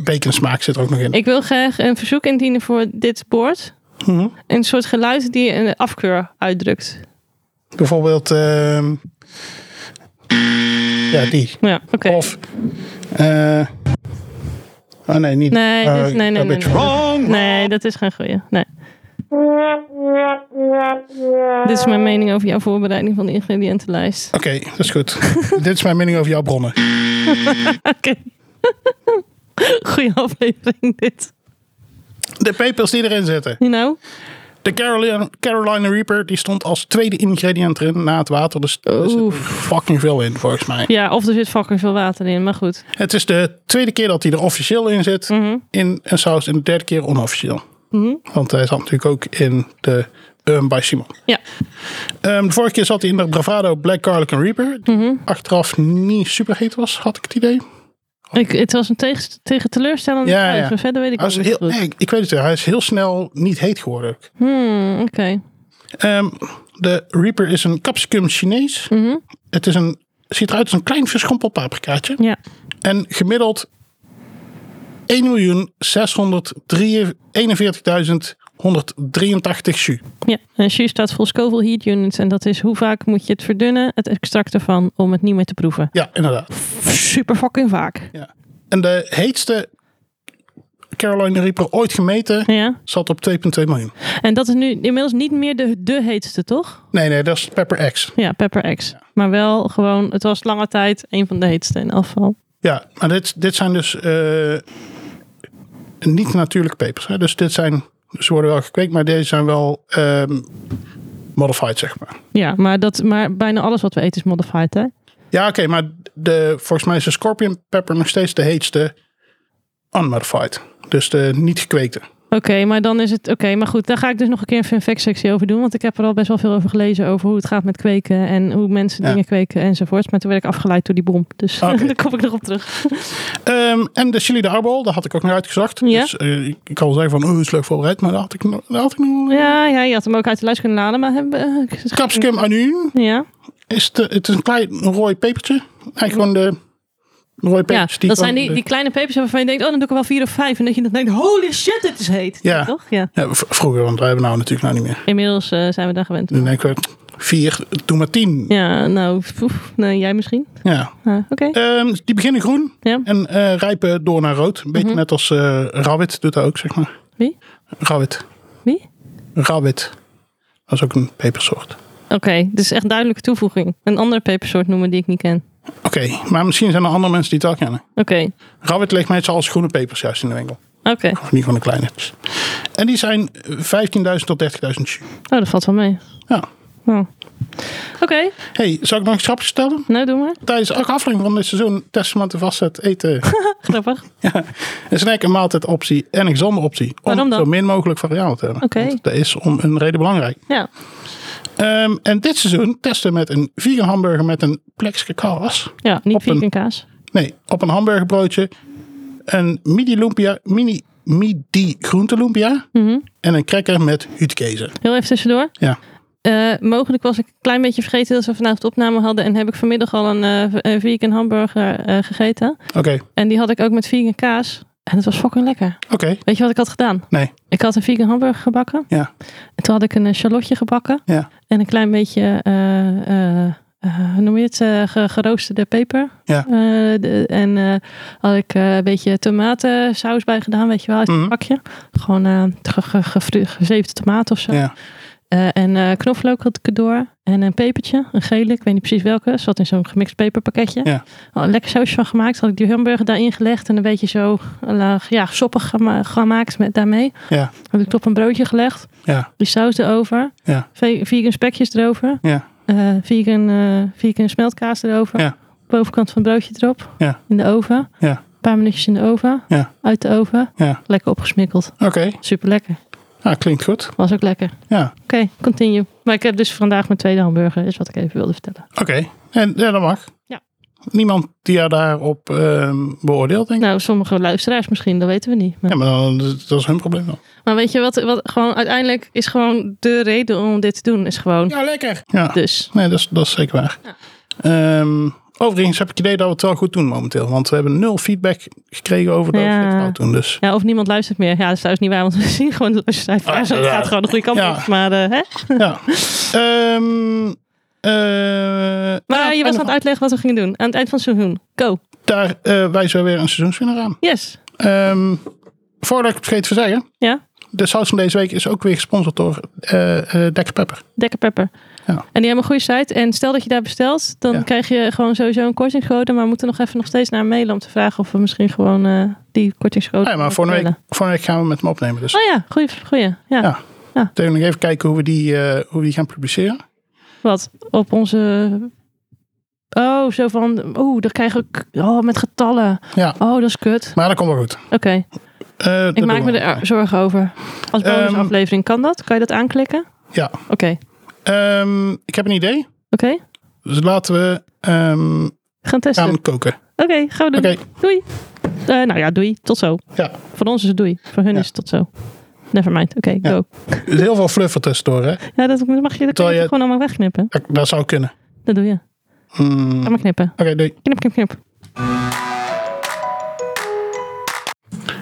[SPEAKER 1] baconsmaak zit er ook nog in.
[SPEAKER 2] Ik wil graag een verzoek indienen voor dit bord.
[SPEAKER 1] Mhm.
[SPEAKER 2] Een soort geluid die een afkeur uitdrukt.
[SPEAKER 1] Bijvoorbeeld... ehm, ja, die.
[SPEAKER 2] Ja, oké.
[SPEAKER 1] Of... eh, oh nee, niet.
[SPEAKER 2] Nee,
[SPEAKER 1] Eh,
[SPEAKER 2] dus- nee, nee,
[SPEAKER 1] een
[SPEAKER 2] nee,
[SPEAKER 1] beetje-
[SPEAKER 2] nee. Nee, dat is geen goeie. Nee. Dit is mijn mening over jouw voorbereiding van de ingrediëntenlijst.
[SPEAKER 1] Oké, dat is goed. Dit is mijn mening over jouw bronnen.
[SPEAKER 2] Oké. Goeie aflevering dit.
[SPEAKER 1] De pepers die erin zitten.
[SPEAKER 2] You know?
[SPEAKER 1] De Carolina, Carolina Reaper die stond als tweede ingrediënt erin na het water. Dus er zit
[SPEAKER 2] Oef.
[SPEAKER 1] fucking veel in volgens mij.
[SPEAKER 2] Ja, of er zit fucking veel water in, maar goed.
[SPEAKER 1] Het is de tweede keer dat hij er officieel in zit in een saus. En de derde keer onofficieel. Want hij zat natuurlijk ook in de Urban by Simon.
[SPEAKER 2] Ja,
[SPEAKER 1] Ehm, de vorige keer zat hij in de Bravado Black Garlic and Reaper. Die achteraf niet super heet was, had ik het idee.
[SPEAKER 2] ik, het was een tegen, tegen teleurstellende
[SPEAKER 1] Ja,
[SPEAKER 2] ja,
[SPEAKER 1] ja.
[SPEAKER 2] maar verder weet ik
[SPEAKER 1] Hij
[SPEAKER 2] ook
[SPEAKER 1] is
[SPEAKER 2] niet
[SPEAKER 1] heel,
[SPEAKER 2] goed.
[SPEAKER 1] nee, ik- ik weet het wel. Hij is heel snel niet heet geworden. ook.
[SPEAKER 2] Hmm, Oké.
[SPEAKER 1] Ehm, de Reaper is een capsicum Chinees. Het is een, ziet eruit als een klein verschrompeld paprikaatje.
[SPEAKER 2] Ja.
[SPEAKER 1] En gemiddeld 1.641.183 jus.
[SPEAKER 2] ja. En Shu staat voor Scoville Heat Units. En dat is hoe vaak moet je het verdunnen, het extract ervan, om het niet meer te proeven.
[SPEAKER 1] Ja, inderdaad.
[SPEAKER 2] Super fucking vaak.
[SPEAKER 1] Ja. En de heetste Carolina Reaper ooit gemeten
[SPEAKER 2] Ja.
[SPEAKER 1] zat op 2,2 miljoen.
[SPEAKER 2] En dat is nu inmiddels niet meer de, de heetste, toch?
[SPEAKER 1] Nee, nee, dat is Pepper X.
[SPEAKER 2] Ja, Pepper X. Maar wel gewoon, het was lange tijd een van de heetste in afval.
[SPEAKER 1] Ja, maar dit, dit zijn dus eh, niet natuurlijke pepers. Hè? Dus dit zijn, ze worden wel gekweekt, maar deze zijn wel ehm, modified, zeg maar.
[SPEAKER 2] Ja, maar, dat, maar bijna alles wat we eten is modified, hè?
[SPEAKER 1] Ja, oké, maar de, volgens mij is de scorpion pepper nog steeds de heetste unmodified. Dus de niet gekweekte.
[SPEAKER 2] Oké, maar dan is het. Oké, maar goed, daar ga ik dus nog een keer een fun fact sectie over doen. Want ik heb er al best wel veel over gelezen. Over hoe het gaat met kweken en hoe mensen
[SPEAKER 1] Ja.
[SPEAKER 2] dingen kweken enzovoort. Maar toen werd ik afgeleid door die bom. Dus
[SPEAKER 1] Oké.
[SPEAKER 2] daar kom ik nog op terug.
[SPEAKER 1] Ehm, en de chili de arbol, daar had ik ook naar uitgezocht.
[SPEAKER 2] Ja.
[SPEAKER 1] Dus eh, ik- ik kan wel zeggen van, oh, is leuk voorbereid, maar daar had ik, nog- daar had ik nog...
[SPEAKER 2] Ja, ja, je had hem ook uit de lijst kunnen laden, maar hebben. eh, ik-
[SPEAKER 1] Capsicum anu
[SPEAKER 2] Ja,
[SPEAKER 1] is de, het is een klein rooi pepertje. Eigenlijk gewoon de rooi
[SPEAKER 2] ja
[SPEAKER 1] pepertjes.
[SPEAKER 2] dat
[SPEAKER 1] van
[SPEAKER 2] zijn die,
[SPEAKER 1] de-
[SPEAKER 2] die kleine pepers waarvan je denkt, oh, dan doe ik er wel vier of vijf. En dat je dan denkt, holy shit, dit is heet.
[SPEAKER 1] Ja.
[SPEAKER 2] Toch? Ja.
[SPEAKER 1] Ja, v- vroeger, want we hebben nou natuurlijk nou niet meer.
[SPEAKER 2] Inmiddels eh, zijn we daar gewend.
[SPEAKER 1] Dan denk ik, eh, vier, doe maar tien. Ja.
[SPEAKER 2] Ja, nou, poef, nou, jij misschien. Ah, Oké.
[SPEAKER 1] Ehm, die beginnen groen
[SPEAKER 2] Ja.
[SPEAKER 1] en eh, rijpen door naar rood. Een beetje net als eh Rawit doet dat ook, zeg maar.
[SPEAKER 2] Mhm. Wie?
[SPEAKER 1] Rawit.
[SPEAKER 2] Wie?
[SPEAKER 1] Rawit. Dat is ook een pepersoort.
[SPEAKER 2] Oké, dit is echt een duidelijke toevoeging. Een andere pepersoort noemen die ik niet ken.
[SPEAKER 1] Oké, maar misschien zijn er andere mensen die het al kennen.
[SPEAKER 2] Oké.
[SPEAKER 1] Rawit ligt meestal als groene pepers juist in de winkel.
[SPEAKER 2] Oké.
[SPEAKER 1] Of niet van de kleine. En die zijn 15.000 eh, tot 30.000 ju.
[SPEAKER 2] Oh, dat valt wel mee.
[SPEAKER 1] Ja.
[SPEAKER 2] Oh. Oké,
[SPEAKER 1] hey, zal ik nog een grapje vertellen?
[SPEAKER 2] nou doe maar.
[SPEAKER 1] Tijdens elke aflevering van dit seizoen testen we te vastzet eten.
[SPEAKER 2] Grappig.
[SPEAKER 1] ja, een snack, een maaltijd optie en een gezonde optie. Om
[SPEAKER 2] Waarom dan?
[SPEAKER 1] zo min mogelijk variabel te hebben.
[SPEAKER 2] Oké.
[SPEAKER 1] Want dat is om een reden belangrijk.
[SPEAKER 2] Ja.
[SPEAKER 1] Ehm, en dit seizoen testen we met een vegan hamburger met een plekske kaas.
[SPEAKER 2] ja, niet
[SPEAKER 1] Op een-
[SPEAKER 2] vegan kaas.
[SPEAKER 1] Nee, op een hamburgerbroodje. Een midi lumpia, mini midi groente lumpia. En een cracker met huutkezen.
[SPEAKER 2] Mhm. Heel even tussendoor.
[SPEAKER 1] Ja.
[SPEAKER 2] Eh, mogelijk was ik een klein beetje vergeten dat we vanavond opname hadden. En heb ik vanmiddag al een eh, v- een vegan hamburger eh, gegeten.
[SPEAKER 1] Oké,
[SPEAKER 2] En die had ik ook met vegan kaas. En het was fucking lekker.
[SPEAKER 1] oké.
[SPEAKER 2] Weet je wat ik had gedaan?
[SPEAKER 1] Nee,
[SPEAKER 2] Ik had een vegan hamburger gebakken.
[SPEAKER 1] ja,
[SPEAKER 2] En toen had ik een eh, charlotje gebakken.
[SPEAKER 1] ja,
[SPEAKER 2] En een klein beetje, eh, eh, eh, hoe noem je het, eh, ge- geroosterde peper.
[SPEAKER 1] ja.
[SPEAKER 2] Eh, de- en eh, had ik eh, een beetje tomatensaus bij gedaan, weet je wel, uit het
[SPEAKER 1] Mhm.
[SPEAKER 2] pakje. Gewoon eh ge- ge- gefru- gezeefde tomaten of zo.
[SPEAKER 1] ja.
[SPEAKER 2] Eh, en eh, knoflook had ik erdoor. En een pepertje, een gele, ik weet niet precies welke. Zat in zo'n gemixt peperpakketje.
[SPEAKER 1] Ja.
[SPEAKER 2] Had een lekker sausje van gemaakt. Had ik die hamburger daarin gelegd. En een beetje zo eh, ja, soppig gema- gemaakt met, daarmee.
[SPEAKER 1] Ja,
[SPEAKER 2] Had ik het op een broodje gelegd.
[SPEAKER 1] ja,
[SPEAKER 2] Die saus erover.
[SPEAKER 1] ja,
[SPEAKER 2] Ve- Vegan spekjes erover.
[SPEAKER 1] ja,
[SPEAKER 2] eh, vegan, eh, vegan smeltkaas erover.
[SPEAKER 1] Ja.
[SPEAKER 2] Bovenkant van het broodje erop.
[SPEAKER 1] Ja.
[SPEAKER 2] In de oven.
[SPEAKER 1] ja,
[SPEAKER 2] Een paar minuutjes in de oven.
[SPEAKER 1] ja,
[SPEAKER 2] Uit de oven.
[SPEAKER 1] ja.
[SPEAKER 2] Lekker opgesmikkeld.
[SPEAKER 1] Oké,
[SPEAKER 2] Super lekker.
[SPEAKER 1] ja, klinkt goed.
[SPEAKER 2] Was ook lekker.
[SPEAKER 1] Ja,
[SPEAKER 2] Oké, continue. Maar ik heb dus vandaag mijn tweede hamburger. Is wat ik even wilde vertellen.
[SPEAKER 1] oké. En ja, dat mag.
[SPEAKER 2] Ja.
[SPEAKER 1] Niemand die jou daarop ehm, beoordeelt, denk ik.
[SPEAKER 2] Nou, sommige luisteraars misschien, dat weten we niet. Maar,
[SPEAKER 1] Ja, maar dan, dat is hun probleem dan.
[SPEAKER 2] maar weet je wat, wat gewoon uiteindelijk is gewoon de reden om dit te doen, is gewoon
[SPEAKER 1] Ja, lekker. Ja,
[SPEAKER 2] dus.
[SPEAKER 1] nee, dat is, dat is zeker waar. Ehm, overigens heb ik het idee dat we het wel goed doen momenteel. Want we hebben nul feedback gekregen over dat
[SPEAKER 2] Ja.
[SPEAKER 1] we het fout doen. Dus
[SPEAKER 2] Ja, of niemand luistert meer. Ja, dat is trouwens niet waar, want we zien gewoon dat luisteraars.
[SPEAKER 1] Ah,
[SPEAKER 2] Het
[SPEAKER 1] ja.
[SPEAKER 2] gaat gewoon de goede kant
[SPEAKER 1] Ja.
[SPEAKER 2] op. Maar, eh, hè?
[SPEAKER 1] ja. Ehm, eh,
[SPEAKER 2] maar je was
[SPEAKER 1] en
[SPEAKER 2] aan het uitleggen wat we gingen doen. Aan het eind van het seizoen. Go.
[SPEAKER 1] Daar eh wijzen we weer een seizoenswinnaar aan.
[SPEAKER 2] Yes.
[SPEAKER 1] Ehm, voordat ik het vergeet te zeggen.
[SPEAKER 2] Ja.
[SPEAKER 1] De saus van deze week is ook weer gesponsord door eh eh, Dr. Pepper.
[SPEAKER 2] Dekker Pepper.
[SPEAKER 1] Ja.
[SPEAKER 2] En die hebben een goede site. En stel dat je daar bestelt, dan
[SPEAKER 1] Ja.
[SPEAKER 2] krijg je gewoon sowieso een kortingscode. Maar we moeten nog even nog steeds naar mailen om te vragen of we misschien gewoon eh, die kortingscode.
[SPEAKER 1] Nee, maar
[SPEAKER 2] kunnen
[SPEAKER 1] vorige week,
[SPEAKER 2] vertellen.
[SPEAKER 1] vorige week gaan we met hem opnemen. Dus
[SPEAKER 2] Oh ja, goeie. goeie. Ja.
[SPEAKER 1] ja.
[SPEAKER 2] Ja.
[SPEAKER 1] Tegen nog even kijken hoe we die, eh, hoe we die gaan publiceren.
[SPEAKER 2] Wat? Op onze. Oh, zo van. Oeh, dan krijg ik. Oh, met getallen.
[SPEAKER 1] Ja.
[SPEAKER 2] Oh, dat is kut.
[SPEAKER 1] Maar dat komt wel goed.
[SPEAKER 2] Oké,
[SPEAKER 1] Eh, dat
[SPEAKER 2] ik
[SPEAKER 1] doen
[SPEAKER 2] maak
[SPEAKER 1] we.
[SPEAKER 2] me er zorgen over. Als
[SPEAKER 1] Ehm,
[SPEAKER 2] bonusaflevering kan dat? Kan je dat aanklikken?
[SPEAKER 1] Ja.
[SPEAKER 2] Oké,
[SPEAKER 1] Ehm, ik heb een idee.
[SPEAKER 2] oké.
[SPEAKER 1] Dus laten we ehm,
[SPEAKER 2] Gaan testen.
[SPEAKER 1] gaan koken.
[SPEAKER 2] Oké, gaan we doen.
[SPEAKER 1] Oké.
[SPEAKER 2] Doei. Eh, nou ja, doei. Tot zo.
[SPEAKER 1] Ja.
[SPEAKER 2] Voor ons is het doei. Voor hun
[SPEAKER 1] Ja.
[SPEAKER 2] is het tot zo. Never mind. Oké,
[SPEAKER 1] Ja.
[SPEAKER 2] go.
[SPEAKER 1] Er is heel veel fluff er tussendoor. Hè?
[SPEAKER 2] Ja, dat mag je, dat kan
[SPEAKER 1] Terwijl
[SPEAKER 2] je
[SPEAKER 1] je-
[SPEAKER 2] toch gewoon allemaal wegknippen.
[SPEAKER 1] Dat, dat zou kunnen.
[SPEAKER 2] Dat doe je.
[SPEAKER 1] Hmm, Oké,
[SPEAKER 2] Allemaal knippen.
[SPEAKER 1] doei.
[SPEAKER 2] Knip, knip, knip.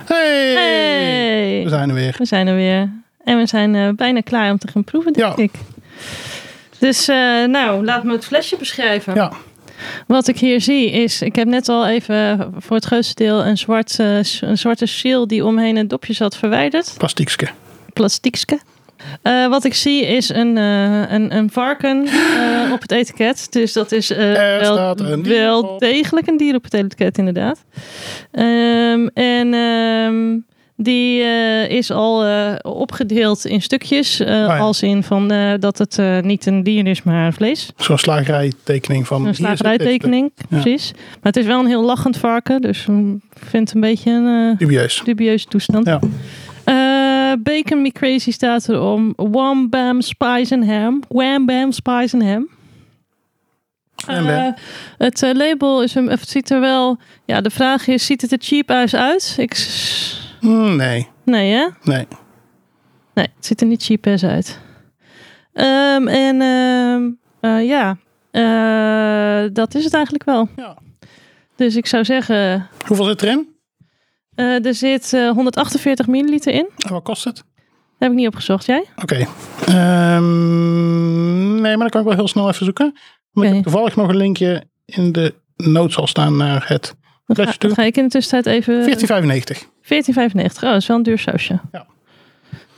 [SPEAKER 1] Hey!
[SPEAKER 2] Hey!
[SPEAKER 1] We zijn er weer.
[SPEAKER 2] We zijn er weer. En we zijn eh, bijna klaar om te gaan proeven, denk
[SPEAKER 1] Ja.
[SPEAKER 2] ik. Dus eh, nou, laat me het flesje beschrijven.
[SPEAKER 1] Ja,
[SPEAKER 2] Wat ik hier zie is, ik heb net al even voor het grootste deel een, zwart, eh, s- een zwarte seal die omheen het dopje zat verwijderd.
[SPEAKER 1] plastiekske.
[SPEAKER 2] Plastiekske. Eh, wat ik zie is een, eh, een, een varken eh, op het etiket. Dus dat is eh,
[SPEAKER 1] Er
[SPEAKER 2] wel,
[SPEAKER 1] staat een dier
[SPEAKER 2] wel
[SPEAKER 1] op.
[SPEAKER 2] degelijk een dier op het etiket, inderdaad. Ehm, en ehm, die eh, is al eh, opgedeeld in stukjes. eh,
[SPEAKER 1] Oh ja.
[SPEAKER 2] Als in van eh, dat het eh, niet een dier is, maar vlees.
[SPEAKER 1] Zo'n slagerijtekening van...
[SPEAKER 2] Een
[SPEAKER 1] hier zit dit
[SPEAKER 2] slagerijtekening,
[SPEAKER 1] Ja.
[SPEAKER 2] precies. Maar het is wel een heel lachend varken. Dus mm, ik vind het een beetje een eh,
[SPEAKER 1] stuk. Dubieus.
[SPEAKER 2] dubieuze toestand.
[SPEAKER 1] Ja.
[SPEAKER 2] Eh, Bacon Me Crazy staat er om. Wham Bam Spice and Ham. Wham Bam Spice and Ham.
[SPEAKER 1] En ben-
[SPEAKER 2] Eh, het eh, label is een, of het ziet er wel. Ja, de vraag is: ziet het er cheap uit? uit? Ik, s-
[SPEAKER 1] Hmm, nee,
[SPEAKER 2] nee, hè?
[SPEAKER 1] nee.
[SPEAKER 2] Nee, het ziet er niet cheap ass uit. Ehm, en ehm, eh, ja, Eh, dat is het eigenlijk wel.
[SPEAKER 1] Ja.
[SPEAKER 2] Dus ik zou zeggen:
[SPEAKER 1] Hoeveel zit erin?
[SPEAKER 2] eh, er zit eh, 148 milliliter in.
[SPEAKER 1] En wat kost het?
[SPEAKER 2] Dat heb ik niet opgezocht, jij?
[SPEAKER 1] Oké. Ehm, nee, maar dan kan ik wel heel snel even zoeken. Maar ik
[SPEAKER 2] Oké.
[SPEAKER 1] heb toevallig nog een linkje in de notes al staan naar het
[SPEAKER 2] Dan ga,
[SPEAKER 1] flesje toe.
[SPEAKER 2] dan ga ik in de tussentijd even...
[SPEAKER 1] 14,95.
[SPEAKER 2] 14,95. Oh, dat is wel een duur sausje.
[SPEAKER 1] Ja.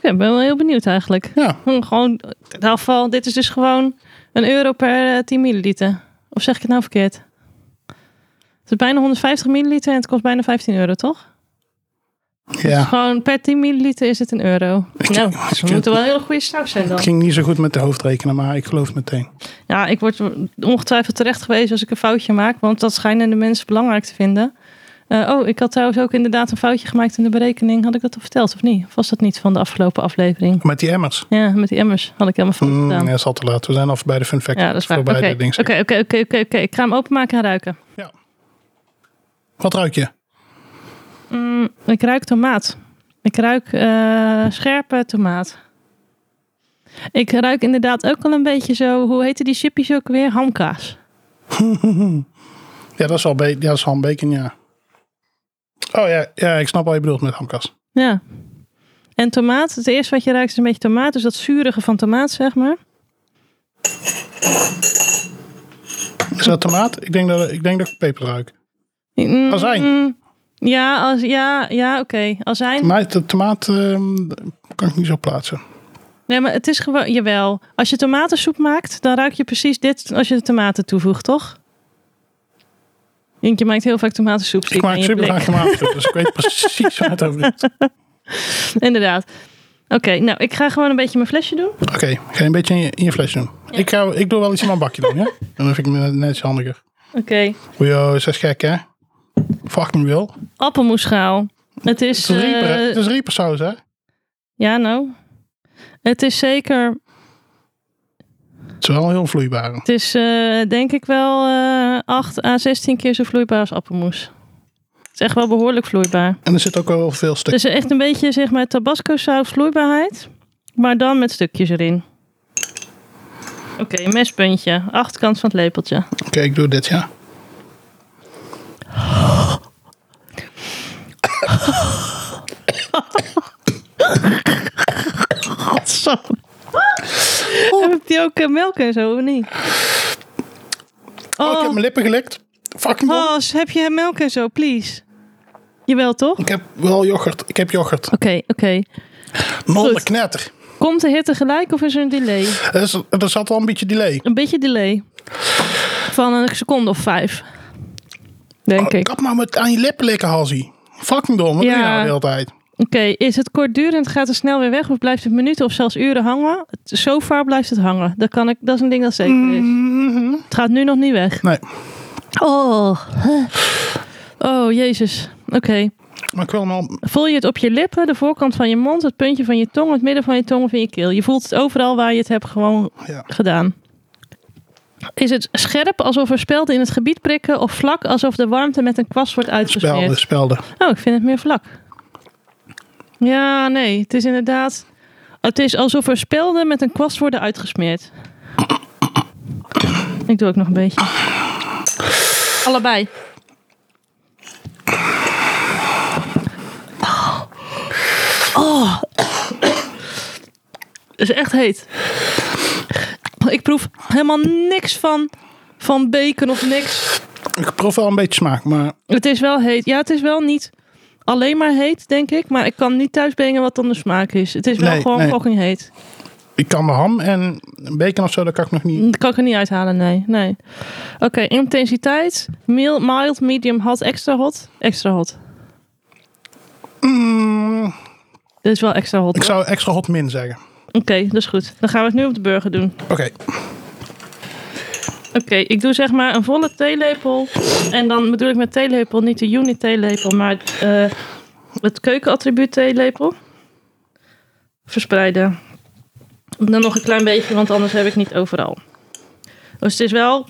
[SPEAKER 2] Ja, ik ben wel heel benieuwd eigenlijk.
[SPEAKER 1] Ja,
[SPEAKER 2] Hm, gewoon, het afval, dit is dus gewoon een euro per eh, 10 milliliter. Of zeg ik het nou verkeerd? Het is bijna 150 milliliter en het kost bijna 15 euro, toch? Het is
[SPEAKER 1] Ja,
[SPEAKER 2] Dus gewoon per 10 milliliter is het een euro. nou, dus
[SPEAKER 1] ik-
[SPEAKER 2] we moeten wel een hele goede saus zijn dan.
[SPEAKER 1] het ging niet zo goed met de hoofdrekenen, maar ik geloof het meteen.
[SPEAKER 2] Ja, ik word ongetwijfeld terecht gewezen als ik een foutje maak, want dat schijnen de mensen belangrijk te vinden. Eh, oh, ik had trouwens ook inderdaad een foutje gemaakt in de berekening. Had ik dat al verteld of niet? Of was dat niet van de afgelopen aflevering?
[SPEAKER 1] Met die emmers.
[SPEAKER 2] Ja, met die emmers had ik helemaal fout
[SPEAKER 1] Mm,
[SPEAKER 2] gedaan.
[SPEAKER 1] ja, is al te laat. We zijn af bij de fun fact.
[SPEAKER 2] Ja, dat is waar.
[SPEAKER 1] Voorbij de
[SPEAKER 2] Oké,
[SPEAKER 1] dings.
[SPEAKER 2] oké, oké, oké, oké, oké. Ik ga hem openmaken en ruiken.
[SPEAKER 1] Wat ruik je?
[SPEAKER 2] Mm, ik ruik tomaat. Ik ruik eh, scherpe tomaat. Ik ruik inderdaad ook al een beetje zo... Hoe heten die chippies ook weer? Hamkaas.
[SPEAKER 1] Ja, dat is wel, be- ja, dat is wel een bacon, ja. Oh ja, ja, ik snap wat je bedoelt met hamkas.
[SPEAKER 2] Ja. En tomaat. Het eerste wat je ruikt is een beetje tomaat. Dus dat zurige van tomaat, zeg maar.
[SPEAKER 1] Is dat tomaat? Ik denk dat ik, denk dat ik peper ruik.
[SPEAKER 2] Mm,
[SPEAKER 1] Azijn.
[SPEAKER 2] mm. Ja, als, ja, ja oké. Azijn.
[SPEAKER 1] Maar de tomaat ehm, kan ik niet zo plaatsen.
[SPEAKER 2] Nee, maar het is gewoon... Jawel. Als je tomatensoep maakt, dan ruik je precies dit als je de tomaten toevoegt, toch? Denk je maakt heel vaak tomatensoep. zie
[SPEAKER 1] Ik maak
[SPEAKER 2] aan je
[SPEAKER 1] super
[SPEAKER 2] blik.
[SPEAKER 1] graag tomaat, dus ik weet precies waar het over is.
[SPEAKER 2] Inderdaad. Oké, nou, ik ga gewoon een beetje mijn flesje doen.
[SPEAKER 1] Oké, ga je een beetje in je, in je flesje doen. Ik, ga, ik doe wel iets in mijn bakje doen, ja? Dan vind ik het net iets handiger.
[SPEAKER 2] Oké.
[SPEAKER 1] Yo, is dat gek, hè? Fucking wil.
[SPEAKER 2] Appelmoeschaal. Het
[SPEAKER 1] Het
[SPEAKER 2] is...
[SPEAKER 1] is rieper, hè?
[SPEAKER 2] eh,
[SPEAKER 1] Het is riepersaus, hè?
[SPEAKER 2] ja, nou. Het is zeker...
[SPEAKER 1] Het is wel heel vloeibaar.
[SPEAKER 2] Het is eh, denk ik wel eh 8 à 16 keer zo vloeibaar als appelmoes. Het is echt wel behoorlijk vloeibaar.
[SPEAKER 1] En er zit ook wel veel
[SPEAKER 2] Het
[SPEAKER 1] stuk.
[SPEAKER 2] is echt een beetje, zeg maar, tabasco saus vloeibaarheid. Maar dan met stukjes erin. Oké, mespuntje. Achterkant van het lepeltje.
[SPEAKER 1] Oké, ik doe dit, ja.
[SPEAKER 2] Zo.
[SPEAKER 1] Oh,
[SPEAKER 2] Heb die ook eh, melk en zo, of niet?
[SPEAKER 1] Oh, ik heb mijn lippen gelikt. Fucking wil.
[SPEAKER 2] Bas, heb je melk en zo, please? Jawel, toch? Oké,
[SPEAKER 1] Ik heb wel yoghurt. Ik heb yoghurt.
[SPEAKER 2] oké.
[SPEAKER 1] Nolle
[SPEAKER 2] Goed.
[SPEAKER 1] knetter.
[SPEAKER 2] Komt de hitte gelijk of is er een delay?
[SPEAKER 1] Er is- er zat wel een beetje delay.
[SPEAKER 2] Een beetje delay. Van een seconde of vijf. Denk ik. Oké,
[SPEAKER 1] Kap nou met aan je lippen likken, Hazzy. Fucking dom, wat
[SPEAKER 2] Ja.
[SPEAKER 1] doe je nou de hele tijd?
[SPEAKER 2] is het kortdurend, gaat het snel weer weg of blijft het minuten of zelfs uren hangen? Zo vaar blijft het hangen. Dat, kan ik, dat is een ding dat zeker is. Het gaat nu nog niet weg.
[SPEAKER 1] Mhm. Nee,
[SPEAKER 2] Oh, oh jezus. Oké.
[SPEAKER 1] maar ik wil hem al...
[SPEAKER 2] Voel je het op je lippen, de voorkant van je mond, het puntje van je tong, het midden van je tong of in je keel? Je voelt het overal waar je het hebt gewoon
[SPEAKER 1] Ja.
[SPEAKER 2] gedaan. Is het scherp alsof er spelden in het gebied prikken of vlak alsof de warmte met een kwast wordt
[SPEAKER 1] Spelden,
[SPEAKER 2] uitgesmeerd?
[SPEAKER 1] spelden.
[SPEAKER 2] Oh, ik vind het meer vlak. Ja, nee, het is inderdaad. Het is alsof er spelden met een kwast worden uitgesmeerd. Ik doe ook nog een beetje. Allebei. Oh. Het is echt heet. Ik proef helemaal niks van, van bacon of niks.
[SPEAKER 1] Ik proef wel een beetje smaak, maar...
[SPEAKER 2] Het is wel heet. Ja, het is wel niet alleen maar heet, denk ik. Maar ik kan niet thuisbrengen wat dan de smaak is. Het is wel
[SPEAKER 1] Nee,
[SPEAKER 2] gewoon
[SPEAKER 1] nee.
[SPEAKER 2] fucking heet.
[SPEAKER 1] Ik kan de ham en een bacon of zo, dat kan ik nog niet...
[SPEAKER 2] Dat kan ik er niet uithalen, nee. nee. Oké, intensiteit. Mil- Mild, medium, hot, extra hot. Extra hot.
[SPEAKER 1] Mm,
[SPEAKER 2] Dit is wel extra hot.
[SPEAKER 1] ik
[SPEAKER 2] hoor.
[SPEAKER 1] zou extra hot min zeggen.
[SPEAKER 2] Oké, dat is goed. Dan gaan we het nu op de burger doen.
[SPEAKER 1] Oké,
[SPEAKER 2] Oké, ik doe zeg maar een volle theelepel. En dan bedoel ik met theelepel niet de unit theelepel, maar eh, het keukenattribuut theelepel. Verspreiden. En Dan nog een klein beetje, want anders heb ik niet overal. Dus het is wel...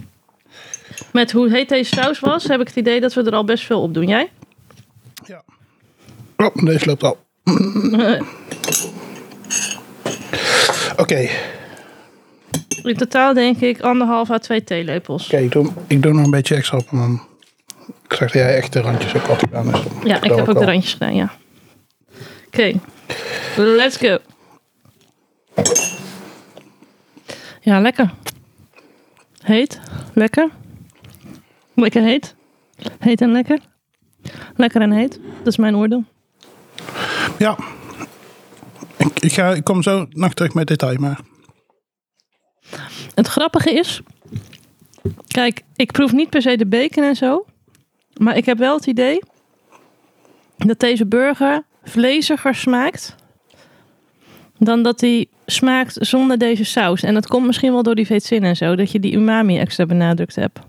[SPEAKER 2] Met hoe heet deze saus was, heb ik het idee dat we er al best veel op doen. Jij?
[SPEAKER 1] ja. Oh, deze loopt al. Oké,
[SPEAKER 2] In totaal denk ik anderhalf à twee theelepels.
[SPEAKER 1] oké, ik, doe, ik doe nog een beetje extra op. en dan- Ik zag dat jij echt de randjes ook had gedaan. dus dat
[SPEAKER 2] Ja, ik
[SPEAKER 1] wil
[SPEAKER 2] heb ook
[SPEAKER 1] wel.
[SPEAKER 2] de randjes gedaan, ja. Oké, let's go. Ja, lekker. Heet, lekker. Lekker heet. Heet en lekker. Lekker en heet, dat is mijn oordeel.
[SPEAKER 1] Ja. Ik, ik, ga, ik kom zo nog terug met detail, maar...
[SPEAKER 2] Het grappige is, kijk, ik proef niet per se de bacon en zo, maar ik heb wel het idee dat deze burger vleesiger smaakt dan dat die smaakt zonder deze saus. En dat komt misschien wel door die veetzin en zo, dat je die umami extra benadrukt hebt.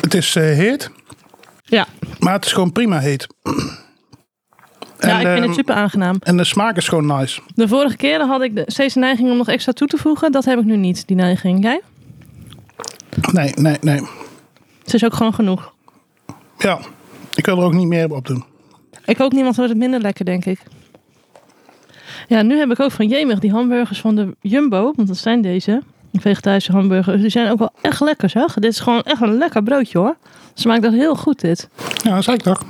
[SPEAKER 1] Het is eh, heet,
[SPEAKER 2] Ja,
[SPEAKER 1] maar het is gewoon prima heet.
[SPEAKER 2] ja ik vind
[SPEAKER 1] ehm,
[SPEAKER 2] het super aangenaam.
[SPEAKER 1] En de smaak is gewoon nice.
[SPEAKER 2] De vorige keren had ik de- steeds de neiging om nog extra toe te voegen. Dat heb ik nu niet, die neiging. Jij?
[SPEAKER 1] Nee, nee, nee.
[SPEAKER 2] Het is ook gewoon genoeg.
[SPEAKER 1] Ja, ik wil er ook niet meer op doen.
[SPEAKER 2] Ik ook niemand wordt het minder lekker, denk ik. Ja, nu heb ik ook van Jemig die hamburgers van de Jumbo. Want dat zijn deze. Vegetarische hamburgers. Die zijn ook wel echt lekker, zeg. Dit is gewoon echt een lekker broodje, hoor. Smaakt dat heel goed, dit.
[SPEAKER 1] Ja, dat zei ik toch.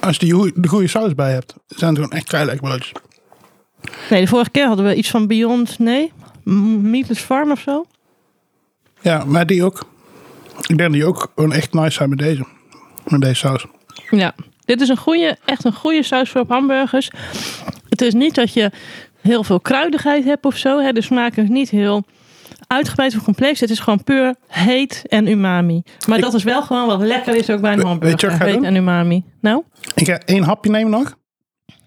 [SPEAKER 1] Als je die goeie- de goede saus bij hebt, zijn het gewoon echt keilekker broodjes.
[SPEAKER 2] Nee, de vorige keer hadden we iets van Beyond, nee. M- Meatless Farm of zo.
[SPEAKER 1] Ja, maar die ook. Ik denk dat die ook gewoon echt nice zijn met deze. Met deze saus.
[SPEAKER 2] Ja, dit is een goede, echt een goede saus voor op hamburgers. Het is niet dat je heel veel kruidigheid hebt of zo. Hè. De smaak is niet heel uitgebreid of complex. Het is gewoon puur heet en umami. Maar
[SPEAKER 1] Ik-
[SPEAKER 2] dat is wel gewoon wat lekker is ook bij een
[SPEAKER 1] We-
[SPEAKER 2] hamburger.
[SPEAKER 1] weet je wat ik ga
[SPEAKER 2] heet
[SPEAKER 1] doen?
[SPEAKER 2] en umami. Nou,
[SPEAKER 1] Ik ga één hapje nemen nog.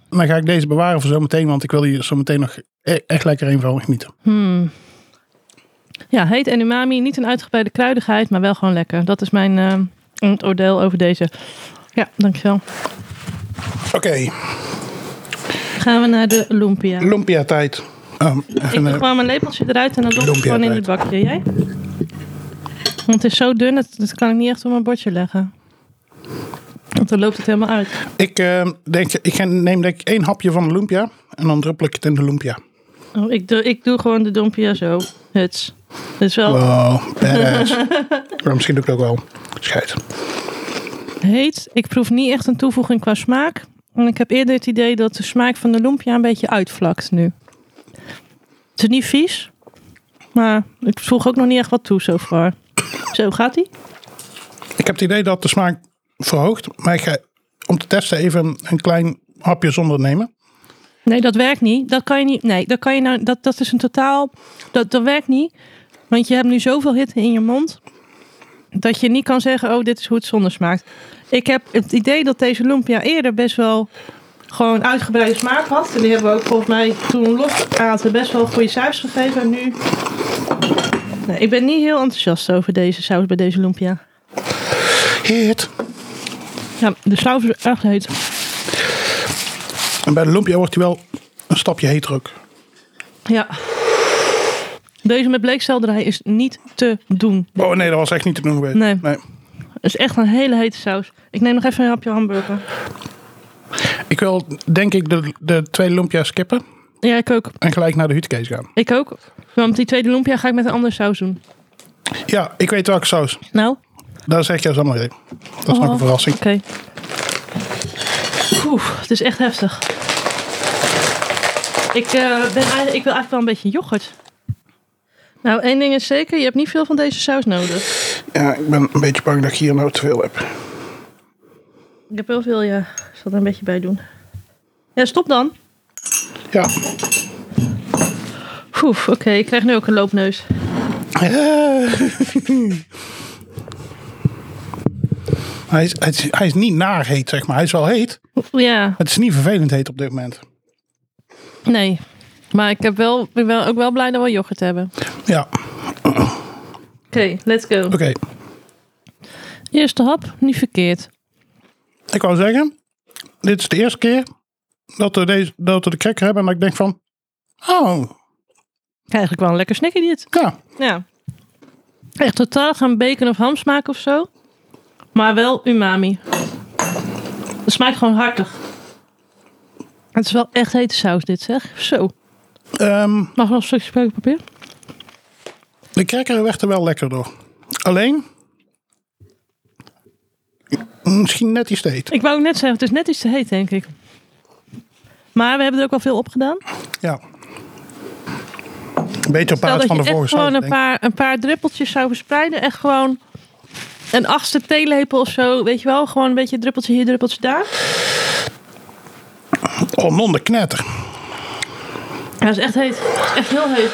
[SPEAKER 1] En dan ga ik deze bewaren voor zometeen, want ik wil hier zometeen nog e- echt lekker een van genieten.
[SPEAKER 2] Hmm. ja, heet en umami. Niet een uitgebreide kruidigheid, maar wel gewoon lekker. Dat is mijn eh, het oordeel over deze. Ja, dankjewel.
[SPEAKER 1] Oké,
[SPEAKER 2] Gaan we naar de lumpia.
[SPEAKER 1] lumpia tijd. Oh,
[SPEAKER 2] Ik
[SPEAKER 1] even,
[SPEAKER 2] doe
[SPEAKER 1] eh,
[SPEAKER 2] gewoon mijn lepeltje eruit en dan doe ik het
[SPEAKER 1] Lumpia
[SPEAKER 2] gewoon in het
[SPEAKER 1] eruit.
[SPEAKER 2] bakje. Jij? Want het is zo dun, dat, dat kan ik niet echt op mijn bordje leggen. Want dan loopt het helemaal uit.
[SPEAKER 1] ik, eh, denk, ik ga- neem denk ik één hapje van de lumpia en dan druppel ik het in de lumpia.
[SPEAKER 2] Oh, ik, doe, ik doe gewoon de dompia zo. Huts. Dat is wel
[SPEAKER 1] Wow, Oh, badass. maar misschien doe ik het ook wel. Scheid.
[SPEAKER 2] heet. Ik proef niet echt een toevoeging qua smaak. En ik heb eerder het idee dat de smaak van de lumpia een beetje uitvlakt nu. Het is niet vies. Maar ik voeg ook nog niet echt wat toe zo far. Zo, gaat ie?
[SPEAKER 1] Ik heb het idee dat de smaak verhoogt, maar ik ga om te testen even een klein hapje zonder nemen.
[SPEAKER 2] Nee, dat werkt niet. Dat kan je niet. Nee, dat kan je nou. Dat, dat is een totaal. Dat, dat werkt niet. Want je hebt nu zoveel hitte in je mond. Dat je niet kan zeggen: Oh, dit is hoe het zonder smaakt. Ik heb het idee dat deze lumpia eerder best wel. Gewoon uitgebreide smaak had. En die hebben we ook volgens mij toen we los aten best wel goede saus gegeven. En nu. Nee, ik ben niet heel enthousiast over deze saus bij deze lumpia.
[SPEAKER 1] Hit.
[SPEAKER 2] Ja, de saus is echt heet.
[SPEAKER 1] En bij de lumpia wordt hij wel een stapje heter ook.
[SPEAKER 2] Ja. Deze met bleekselderij is niet te doen.
[SPEAKER 1] Oh nee, dat was echt niet te doen geweest.
[SPEAKER 2] Nee. Het is echt een hele hete saus. Ik neem nog even een hapje hamburger.
[SPEAKER 1] Ik wil denk ik de, de twee lumpia's skippen
[SPEAKER 2] Ja, ik ook.
[SPEAKER 1] en gelijk naar de hutkees gaan.
[SPEAKER 2] Ik ook. Want die tweede lumpia ga ik met een andere saus doen.
[SPEAKER 1] Ja, ik weet welke saus.
[SPEAKER 2] Nou?
[SPEAKER 1] Daar zeg je allemaal heen. Dat is nog een
[SPEAKER 2] Oh,
[SPEAKER 1] verrassing.
[SPEAKER 2] Oké. Oeh, het is echt heftig. Ik, eh, ben, eigenlijk- ik wil eigenlijk wel een beetje yoghurt. Nou, één ding is zeker. Je hebt niet veel van deze saus nodig.
[SPEAKER 1] Ja, ik ben een beetje bang dat ik hier nou te veel heb.
[SPEAKER 2] Ik heb heel veel, ja. Ik zal er een beetje bij doen. Ja, stop dan.
[SPEAKER 1] Ja.
[SPEAKER 2] Oeh, oké. Ik krijg nu ook een loopneus.
[SPEAKER 1] hij, is, hij, is, hij is niet naar heet, zeg maar. Hij is wel heet.
[SPEAKER 2] Ja,
[SPEAKER 1] Het is niet vervelend heet op dit moment.
[SPEAKER 2] nee. Maar ik, heb wel, ik ben ook wel blij dat we yoghurt hebben.
[SPEAKER 1] Ja,
[SPEAKER 2] Oké, let's go.
[SPEAKER 1] oké.
[SPEAKER 2] Eerste hap, niet verkeerd.
[SPEAKER 1] Ik wou zeggen, dit is de eerste keer dat we, deze, dat we de cracker hebben. En dat ik denk van, oh,
[SPEAKER 2] Eigenlijk wel een lekker snackje dit.
[SPEAKER 1] ja.
[SPEAKER 2] Ja. Echt totaal gaan bacon of ham smaken of zo. Maar wel umami. Het smaakt gewoon hartig. Het is wel echt hete saus dit zeg. Zo.
[SPEAKER 1] Ehm,
[SPEAKER 2] Mag nog een stukje speukenpapier?
[SPEAKER 1] de cracker werd er wel lekker door. Alleen, misschien net iets te heet.
[SPEAKER 2] Ik wou ook net zeggen, het is net iets te heet denk ik. Maar we hebben er ook wel veel op gedaan.
[SPEAKER 1] Ja. Een beetje op
[SPEAKER 2] Stel
[SPEAKER 1] basis
[SPEAKER 2] dat
[SPEAKER 1] van
[SPEAKER 2] je
[SPEAKER 1] de
[SPEAKER 2] echt
[SPEAKER 1] vorige
[SPEAKER 2] gewoon
[SPEAKER 1] saus,
[SPEAKER 2] een
[SPEAKER 1] denk ik.
[SPEAKER 2] paar, een paar druppeltjes zou verspreiden. Echt gewoon een achtste theelepel of zo. Weet je wel, gewoon een beetje druppeltje hier, druppeltje daar.
[SPEAKER 1] Oh, non de knetter.
[SPEAKER 2] Ja, het is echt heet. Het is echt heel heet.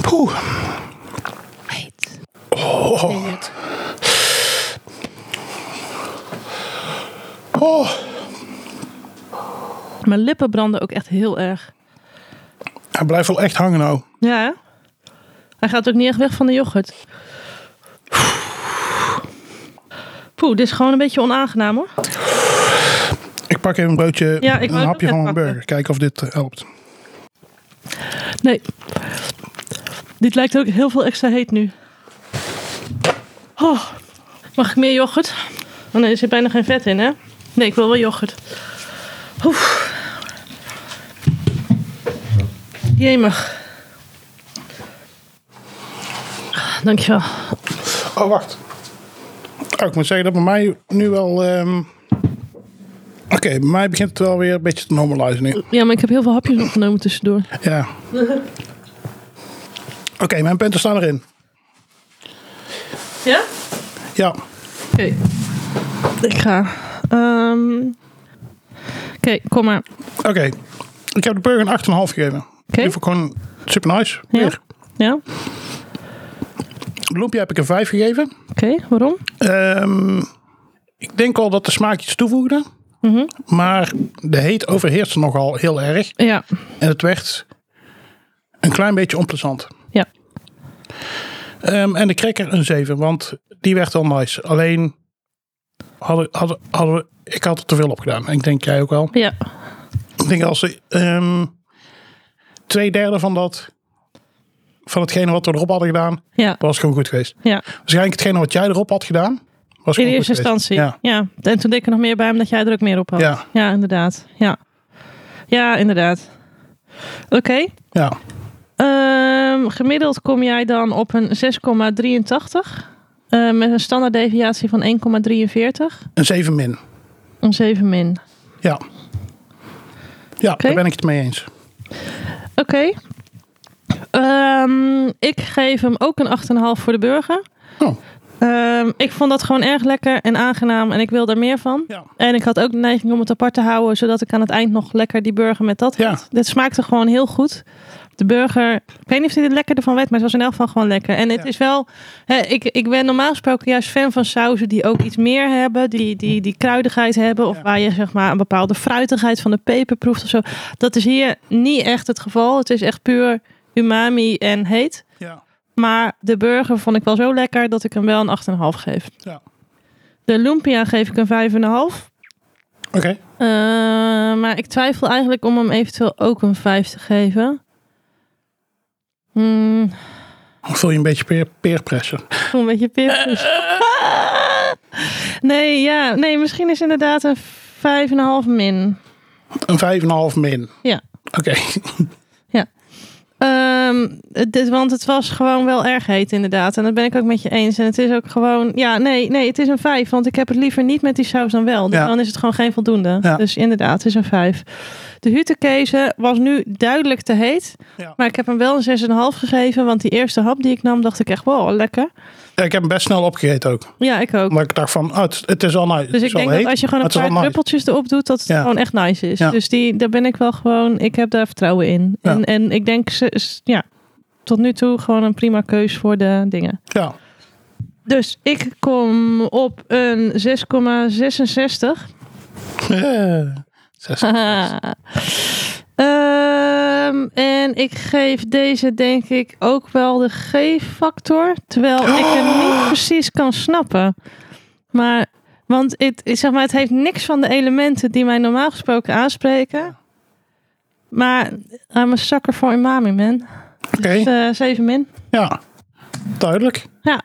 [SPEAKER 1] Poeh.
[SPEAKER 2] Heet.
[SPEAKER 1] Oh.
[SPEAKER 2] mijn lippen branden ook echt heel erg.
[SPEAKER 1] Hij blijft wel echt hangen nou.
[SPEAKER 2] Ja, hè? Hij gaat ook niet echt weg van de yoghurt. Poeh, dit is gewoon een beetje onaangenaam hoor.
[SPEAKER 1] Ik pak even een broodje,
[SPEAKER 2] Ja, ik
[SPEAKER 1] een
[SPEAKER 2] wou het
[SPEAKER 1] hapje
[SPEAKER 2] ook
[SPEAKER 1] van mijn
[SPEAKER 2] net pakken.
[SPEAKER 1] burger. Kijken of dit eh, helpt.
[SPEAKER 2] Nee. Dit lijkt ook heel veel extra heet nu. Oh, mag ik meer yoghurt? Oh nee, er zit bijna geen vet in, hè? Nee, ik wil wel yoghurt. Oef. Jemig. Dankjewel.
[SPEAKER 1] Oh, wacht. Oh, ik moet zeggen dat bij mij nu wel... ehm, Oké, bij mij begint het wel weer een beetje te normalizen nu.
[SPEAKER 2] Ja, maar ik heb heel veel hapjes opgenomen tussendoor.
[SPEAKER 1] Ja. Oké, mijn punten staan erin.
[SPEAKER 2] Ja?
[SPEAKER 1] Ja.
[SPEAKER 2] Oké. Ik ga. Ehm, Oké, kom maar.
[SPEAKER 1] Oké. Ik heb de burger een 8,5 gegeven.
[SPEAKER 2] Oké.
[SPEAKER 1] Die vond ik gewoon super nice.
[SPEAKER 2] Ja?
[SPEAKER 1] Weer.
[SPEAKER 2] Ja? Oké,
[SPEAKER 1] De loempje heb ik een 5 gegeven.
[SPEAKER 2] waarom?
[SPEAKER 1] Ehm, ik denk al dat de smaak iets toevoegde.
[SPEAKER 2] Mhm.
[SPEAKER 1] Maar de heet overheerste nogal heel erg.
[SPEAKER 2] Ja.
[SPEAKER 1] En het werd een klein beetje onplezant.
[SPEAKER 2] Ja.
[SPEAKER 1] Ehm, en de cracker een 7, want die werd wel nice. Alleen hadden, hadden, hadden we, ik had er te veel op gedaan. En ik denk jij ook wel.
[SPEAKER 2] Ja.
[SPEAKER 1] Ik denk als ze ehm, twee derde van dat van hetgene wat we erop hadden gedaan,
[SPEAKER 2] Ja.
[SPEAKER 1] was gewoon goed geweest.
[SPEAKER 2] Ja,
[SPEAKER 1] Waarschijnlijk hetgene wat jij erop had gedaan, was
[SPEAKER 2] in
[SPEAKER 1] gewoon goed
[SPEAKER 2] eerste
[SPEAKER 1] geweest.
[SPEAKER 2] instantie. Ja.
[SPEAKER 1] Ja.
[SPEAKER 2] en toen deed ik er nog meer bij omdat jij er ook meer op had.
[SPEAKER 1] Ja.
[SPEAKER 2] inderdaad. Ja, ja inderdaad. Oké,
[SPEAKER 1] Ja.
[SPEAKER 2] Ehm, gemiddeld kom jij dan op een 6,83 eh, met een standaarddeviatie van 1,43.
[SPEAKER 1] Een 7 min.
[SPEAKER 2] Om 7 min.
[SPEAKER 1] Ja. Ja,
[SPEAKER 2] Oké.
[SPEAKER 1] daar ben ik het mee eens.
[SPEAKER 2] Oké. Ehm, ik geef hem ook een 8,5 voor de burger.
[SPEAKER 1] Oh,
[SPEAKER 2] Ehm, ik vond dat gewoon erg lekker en aangenaam en ik wil daar meer van.
[SPEAKER 1] ja.
[SPEAKER 2] En ik had ook de neiging om het apart te houden, zodat ik aan het eind nog lekker die burger met dat
[SPEAKER 1] Ja.
[SPEAKER 2] had. Dit smaakte gewoon heel goed. De burger, ik weet niet of dit het lekkerder van werd, maar het was in elk geval gewoon lekker. En het
[SPEAKER 1] Ja.
[SPEAKER 2] is wel, hè, ik, ik ben normaal gesproken juist fan van sauzen die ook iets meer hebben, die, die, die kruidigheid hebben, of
[SPEAKER 1] Ja.
[SPEAKER 2] waar je zeg maar een bepaalde fruitigheid van de peper proeft of zo. Dat is hier niet echt het geval. Het is echt puur umami en heet.
[SPEAKER 1] ja.
[SPEAKER 2] Maar de burger vond ik wel zo lekker dat ik hem wel een 8,5 geef.
[SPEAKER 1] ja.
[SPEAKER 2] De lumpia geef ik een 5,5.
[SPEAKER 1] Oké.
[SPEAKER 2] Eh, maar ik twijfel eigenlijk om hem eventueel ook een 5 te geven. Hmm,
[SPEAKER 1] Dan voel je een beetje peer, peerpressure.
[SPEAKER 2] ik voel een beetje peerpus. Nee, ja, nee, misschien is inderdaad een 5,5 min.
[SPEAKER 1] Een 5,5 min.
[SPEAKER 2] Ja.
[SPEAKER 1] Oké.
[SPEAKER 2] Ehm, dit, want het was gewoon wel erg heet, inderdaad. En dat ben ik ook met je eens. En het is ook gewoon, ja, nee, nee, het is een 5. Want ik heb het liever niet met die saus dan wel. Dus
[SPEAKER 1] Ja.
[SPEAKER 2] dan is het gewoon geen voldoende.
[SPEAKER 1] Ja.
[SPEAKER 2] Dus inderdaad, het is een 5. De hutekezen was nu duidelijk te heet.
[SPEAKER 1] Ja.
[SPEAKER 2] Maar ik heb hem wel een 6,5 gegeven. Want die eerste hap die ik nam, dacht ik echt, wow, lekker.
[SPEAKER 1] Ja, ik heb hem best snel opgegeten ook.
[SPEAKER 2] Ja, ik ook.
[SPEAKER 1] Omdat ik dacht van, oh, het, het is al nice.
[SPEAKER 2] Dus ik denk dat als je gewoon een paar druppeltjes erop doet, dat het
[SPEAKER 1] Ja.
[SPEAKER 2] gewoon echt nice is.
[SPEAKER 1] Ja.
[SPEAKER 2] Dus die, daar ben ik wel gewoon, ik heb daar vertrouwen in.
[SPEAKER 1] Ja.
[SPEAKER 2] En, en ik denk, ze- s- ja, tot nu toe gewoon een prima keus voor de dingen.
[SPEAKER 1] Ja.
[SPEAKER 2] Dus ik kom op een 6,66.
[SPEAKER 1] Eh, zes.
[SPEAKER 2] Haha. Ehm, en ik geef deze denk ik ook wel de G-factor. Terwijl ik hem niet precies kan snappen. Maar, want het, is- zeg maar, het heeft niks van de elementen die mij normaal gesproken aanspreken. Maar I'm a sucker voor umami, man.
[SPEAKER 1] Oké.
[SPEAKER 2] Dus, eh 7 min.
[SPEAKER 1] Ja. Duidelijk.
[SPEAKER 2] Ja.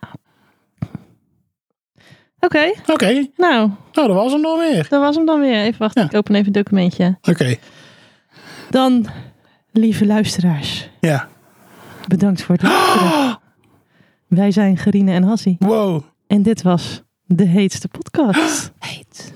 [SPEAKER 2] Oké,
[SPEAKER 1] Oké.
[SPEAKER 2] nou,
[SPEAKER 1] Nou, dat was hem dan weer.
[SPEAKER 2] dat was hem dan weer. Even wachten,
[SPEAKER 1] Ja.
[SPEAKER 2] ik open even het documentje.
[SPEAKER 1] Oké.
[SPEAKER 2] Dan, lieve luisteraars.
[SPEAKER 1] Ja.
[SPEAKER 2] Bedankt voor het luisteren. Wij zijn Gerine en Hassie.
[SPEAKER 1] Wow.
[SPEAKER 2] En dit was de heetste podcast. Heet.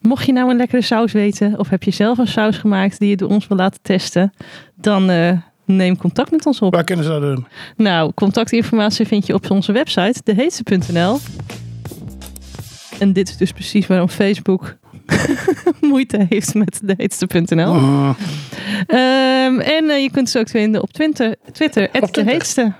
[SPEAKER 2] Mocht je nou een lekkere saus weten of heb je zelf een saus gemaakt die je door ons wil laten testen, dan eh, neem contact met ons op.
[SPEAKER 1] Waar kunnen ze dat doen?
[SPEAKER 2] Nou, contactinformatie vind je op onze website deheetste.nl. En dit is dus precies waarom Facebook moeite heeft met deheetste.nl.
[SPEAKER 1] Mm.
[SPEAKER 2] Ehm, en eh, je kunt ze ook vinden op Twitter, Twitter,
[SPEAKER 1] Op Twitter.
[SPEAKER 2] @deheetste.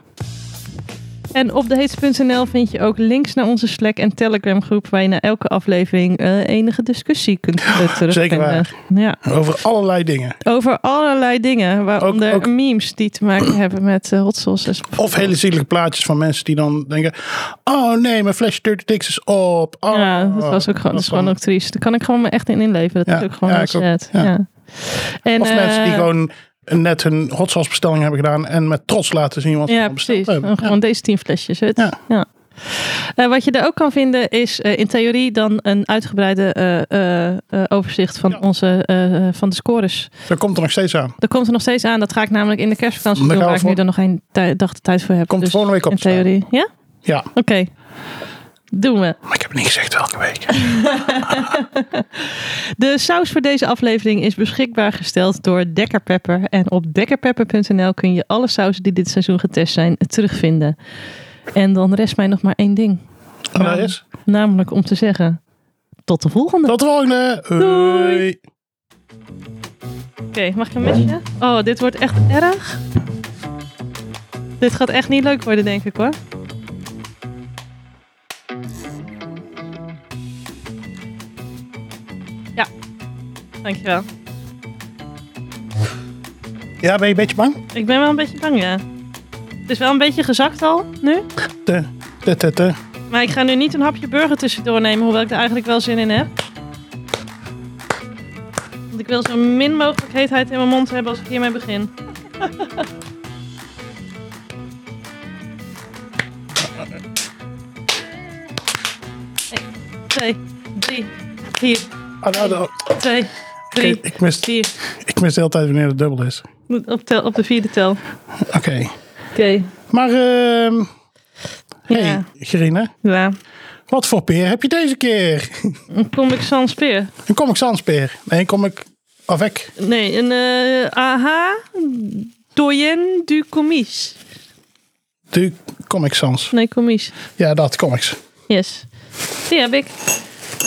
[SPEAKER 2] En op deheets.nl vind je ook links naar onze Slack en Telegram groep, waar je na elke aflevering eh, enige discussie kunt eh, terugvinden.
[SPEAKER 1] waar.
[SPEAKER 2] Ja.
[SPEAKER 1] Over allerlei dingen.
[SPEAKER 2] Over allerlei dingen, waaronder
[SPEAKER 1] ook- Oh,
[SPEAKER 2] memes die te maken hebben met eh, hot sauces.
[SPEAKER 1] Of hele zielige plaatjes van mensen die dan denken... Oh nee, mijn Flash 36 is op. Oh,
[SPEAKER 2] Ja, dat was ook gewoon, dat is gewoon ook triest. Daar kan ik gewoon me echt in inleven. Dat
[SPEAKER 1] Ja,
[SPEAKER 2] is ook gewoon
[SPEAKER 1] ja,
[SPEAKER 2] heel
[SPEAKER 1] ik ook.
[SPEAKER 2] sad.
[SPEAKER 1] Ja.
[SPEAKER 2] Ja. En,
[SPEAKER 1] Of mensen die
[SPEAKER 2] eh,
[SPEAKER 1] gewoon net hun hot sauce bestelling hebben gedaan... en met trots laten zien wat ze
[SPEAKER 2] Ja,
[SPEAKER 1] allemaal besteld
[SPEAKER 2] precies.
[SPEAKER 1] hebben.
[SPEAKER 2] Gewoon deze tien flesjes. Het.
[SPEAKER 1] Ja.
[SPEAKER 2] Ja. Eh, wat je daar ook kan vinden is eh, in theorie dan een uitgebreide eh, eh, eh, overzicht van,
[SPEAKER 1] Ja.
[SPEAKER 2] onze, eh, eh, van de scores.
[SPEAKER 1] Ja, dat komt er nog steeds aan.
[SPEAKER 2] Dat komt er nog steeds aan. Dat ga ik namelijk in de kerstvakantie
[SPEAKER 1] Dan
[SPEAKER 2] doen,
[SPEAKER 1] gaan we
[SPEAKER 2] waar ik nu
[SPEAKER 1] voor-
[SPEAKER 2] dan nog geen tij- dag de tijd voor heb.
[SPEAKER 1] Komt
[SPEAKER 2] dus
[SPEAKER 1] volgende week op
[SPEAKER 2] In
[SPEAKER 1] te staan.
[SPEAKER 2] theorie. Ja?
[SPEAKER 1] Ja,
[SPEAKER 2] Oké. Doen we.
[SPEAKER 1] maar ik heb niet gezegd welke week.
[SPEAKER 2] De saus voor deze aflevering is beschikbaar gesteld door Dekker Pepper. En op dekkerpepper.nl kun je alle sauzen die dit seizoen getest zijn terugvinden. En dan rest mij nog maar één ding.
[SPEAKER 1] En dat is...
[SPEAKER 2] Namelijk om te zeggen: tot de volgende.
[SPEAKER 1] Tot de volgende. Hoi.
[SPEAKER 2] Doei. Oké, mag ik een mesje? Oh, dit wordt echt erg. Dit gaat echt niet leuk worden, denk ik hoor. Ja, dankjewel.
[SPEAKER 1] Ja, ben je een beetje bang?
[SPEAKER 2] Ik ben wel een beetje bang, ja. Het is wel een beetje gezakt al nu.
[SPEAKER 1] Te, te, te, te.
[SPEAKER 2] Maar ik ga nu niet een hapje burger tussendoor nemen, hoewel ik er eigenlijk wel zin in heb. Want ik wil zo min mogelijk heetheid in mijn mond hebben als ik hiermee begin. Eén, twee, drie, vier,
[SPEAKER 1] Ah, nou, nou,
[SPEAKER 2] twee, drie,
[SPEAKER 1] ik, ik, mis,
[SPEAKER 2] vier.
[SPEAKER 1] ik mis de hele tijd wanneer het dubbel is.
[SPEAKER 2] Moet Op, tel, op de vierde tel.
[SPEAKER 1] Oké.
[SPEAKER 2] Oké.
[SPEAKER 1] Maar, ehm hey,
[SPEAKER 2] Ja.
[SPEAKER 1] Gerine.
[SPEAKER 2] Ja.
[SPEAKER 1] Wat voor peer heb je deze keer?
[SPEAKER 2] Een Comic Sans Peer.
[SPEAKER 1] Een Comic Sans peer. Nee, een Comic Avec.
[SPEAKER 2] Nee, een eh AH Doyen du Commis.
[SPEAKER 1] De Comic Sans.
[SPEAKER 2] Nee, commis.
[SPEAKER 1] Ja, dat, comics.
[SPEAKER 2] Yes. Die heb ik.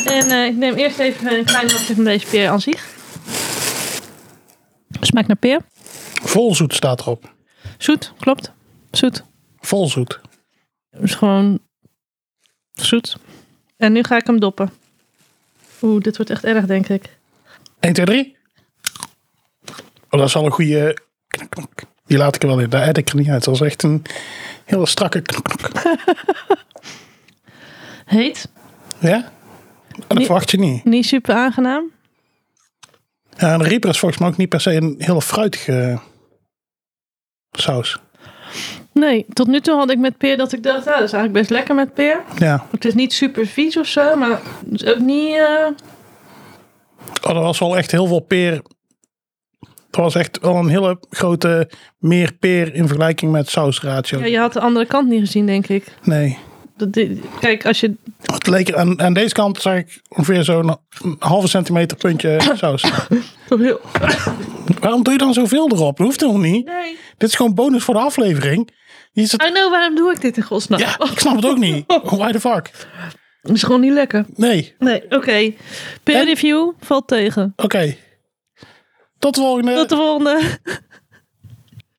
[SPEAKER 2] En eh, ik neem eerst even een klein hapje van deze peer aan zich. Smaakt naar peer.
[SPEAKER 1] Volzoet staat erop.
[SPEAKER 2] Zoet, klopt. Zoet.
[SPEAKER 1] Volzoet.
[SPEAKER 2] Is gewoon zoet. En nu ga ik hem doppen. Oeh, dit wordt echt erg, denk ik.
[SPEAKER 1] 1, 2, 3. Oh, dat is al een goede knak, knak. Die laat ik er wel in. Daar edit ik er niet uit. Dat is echt een hele strakke knak, knak.
[SPEAKER 2] Heet.
[SPEAKER 1] Ja? En dat
[SPEAKER 2] Nee.
[SPEAKER 1] verwacht je niet.
[SPEAKER 2] Niet super aangenaam.
[SPEAKER 1] Ja, een Reaper is volgens mij ook niet per se een heel fruitige saus.
[SPEAKER 2] Nee, tot nu toe had ik met peer dat ik dacht, ah, dat is eigenlijk best lekker met peer.
[SPEAKER 1] Ja.
[SPEAKER 2] Het is niet super vies of zo, maar het is ook niet. eh,
[SPEAKER 1] Oh, er was wel echt heel veel peer. Er was echt wel een hele grote meer peer in vergelijking met sausratio.
[SPEAKER 2] ja, je had de andere kant niet gezien, denk ik.
[SPEAKER 1] Nee.
[SPEAKER 2] Dat, dit- kijk, als je.
[SPEAKER 1] Het leek aan, aan deze kant zag ik ongeveer zo'n een halve centimeter puntje saus.
[SPEAKER 2] Toch heel.
[SPEAKER 1] Waarom doe je dan zoveel erop? Dat hoeft helemaal niet.
[SPEAKER 2] Nee.
[SPEAKER 1] Dit is gewoon bonus voor de aflevering. Hier is het...
[SPEAKER 2] I know, waarom doe ik dit in godsnaam?
[SPEAKER 1] Ja, ik snap het ook niet. Why the fuck?
[SPEAKER 2] Het is gewoon niet lekker.
[SPEAKER 1] Nee,
[SPEAKER 2] Nee, oké. Peer
[SPEAKER 1] En-
[SPEAKER 2] review valt tegen.
[SPEAKER 1] oké. Tot de volgende.
[SPEAKER 2] Tot de volgende.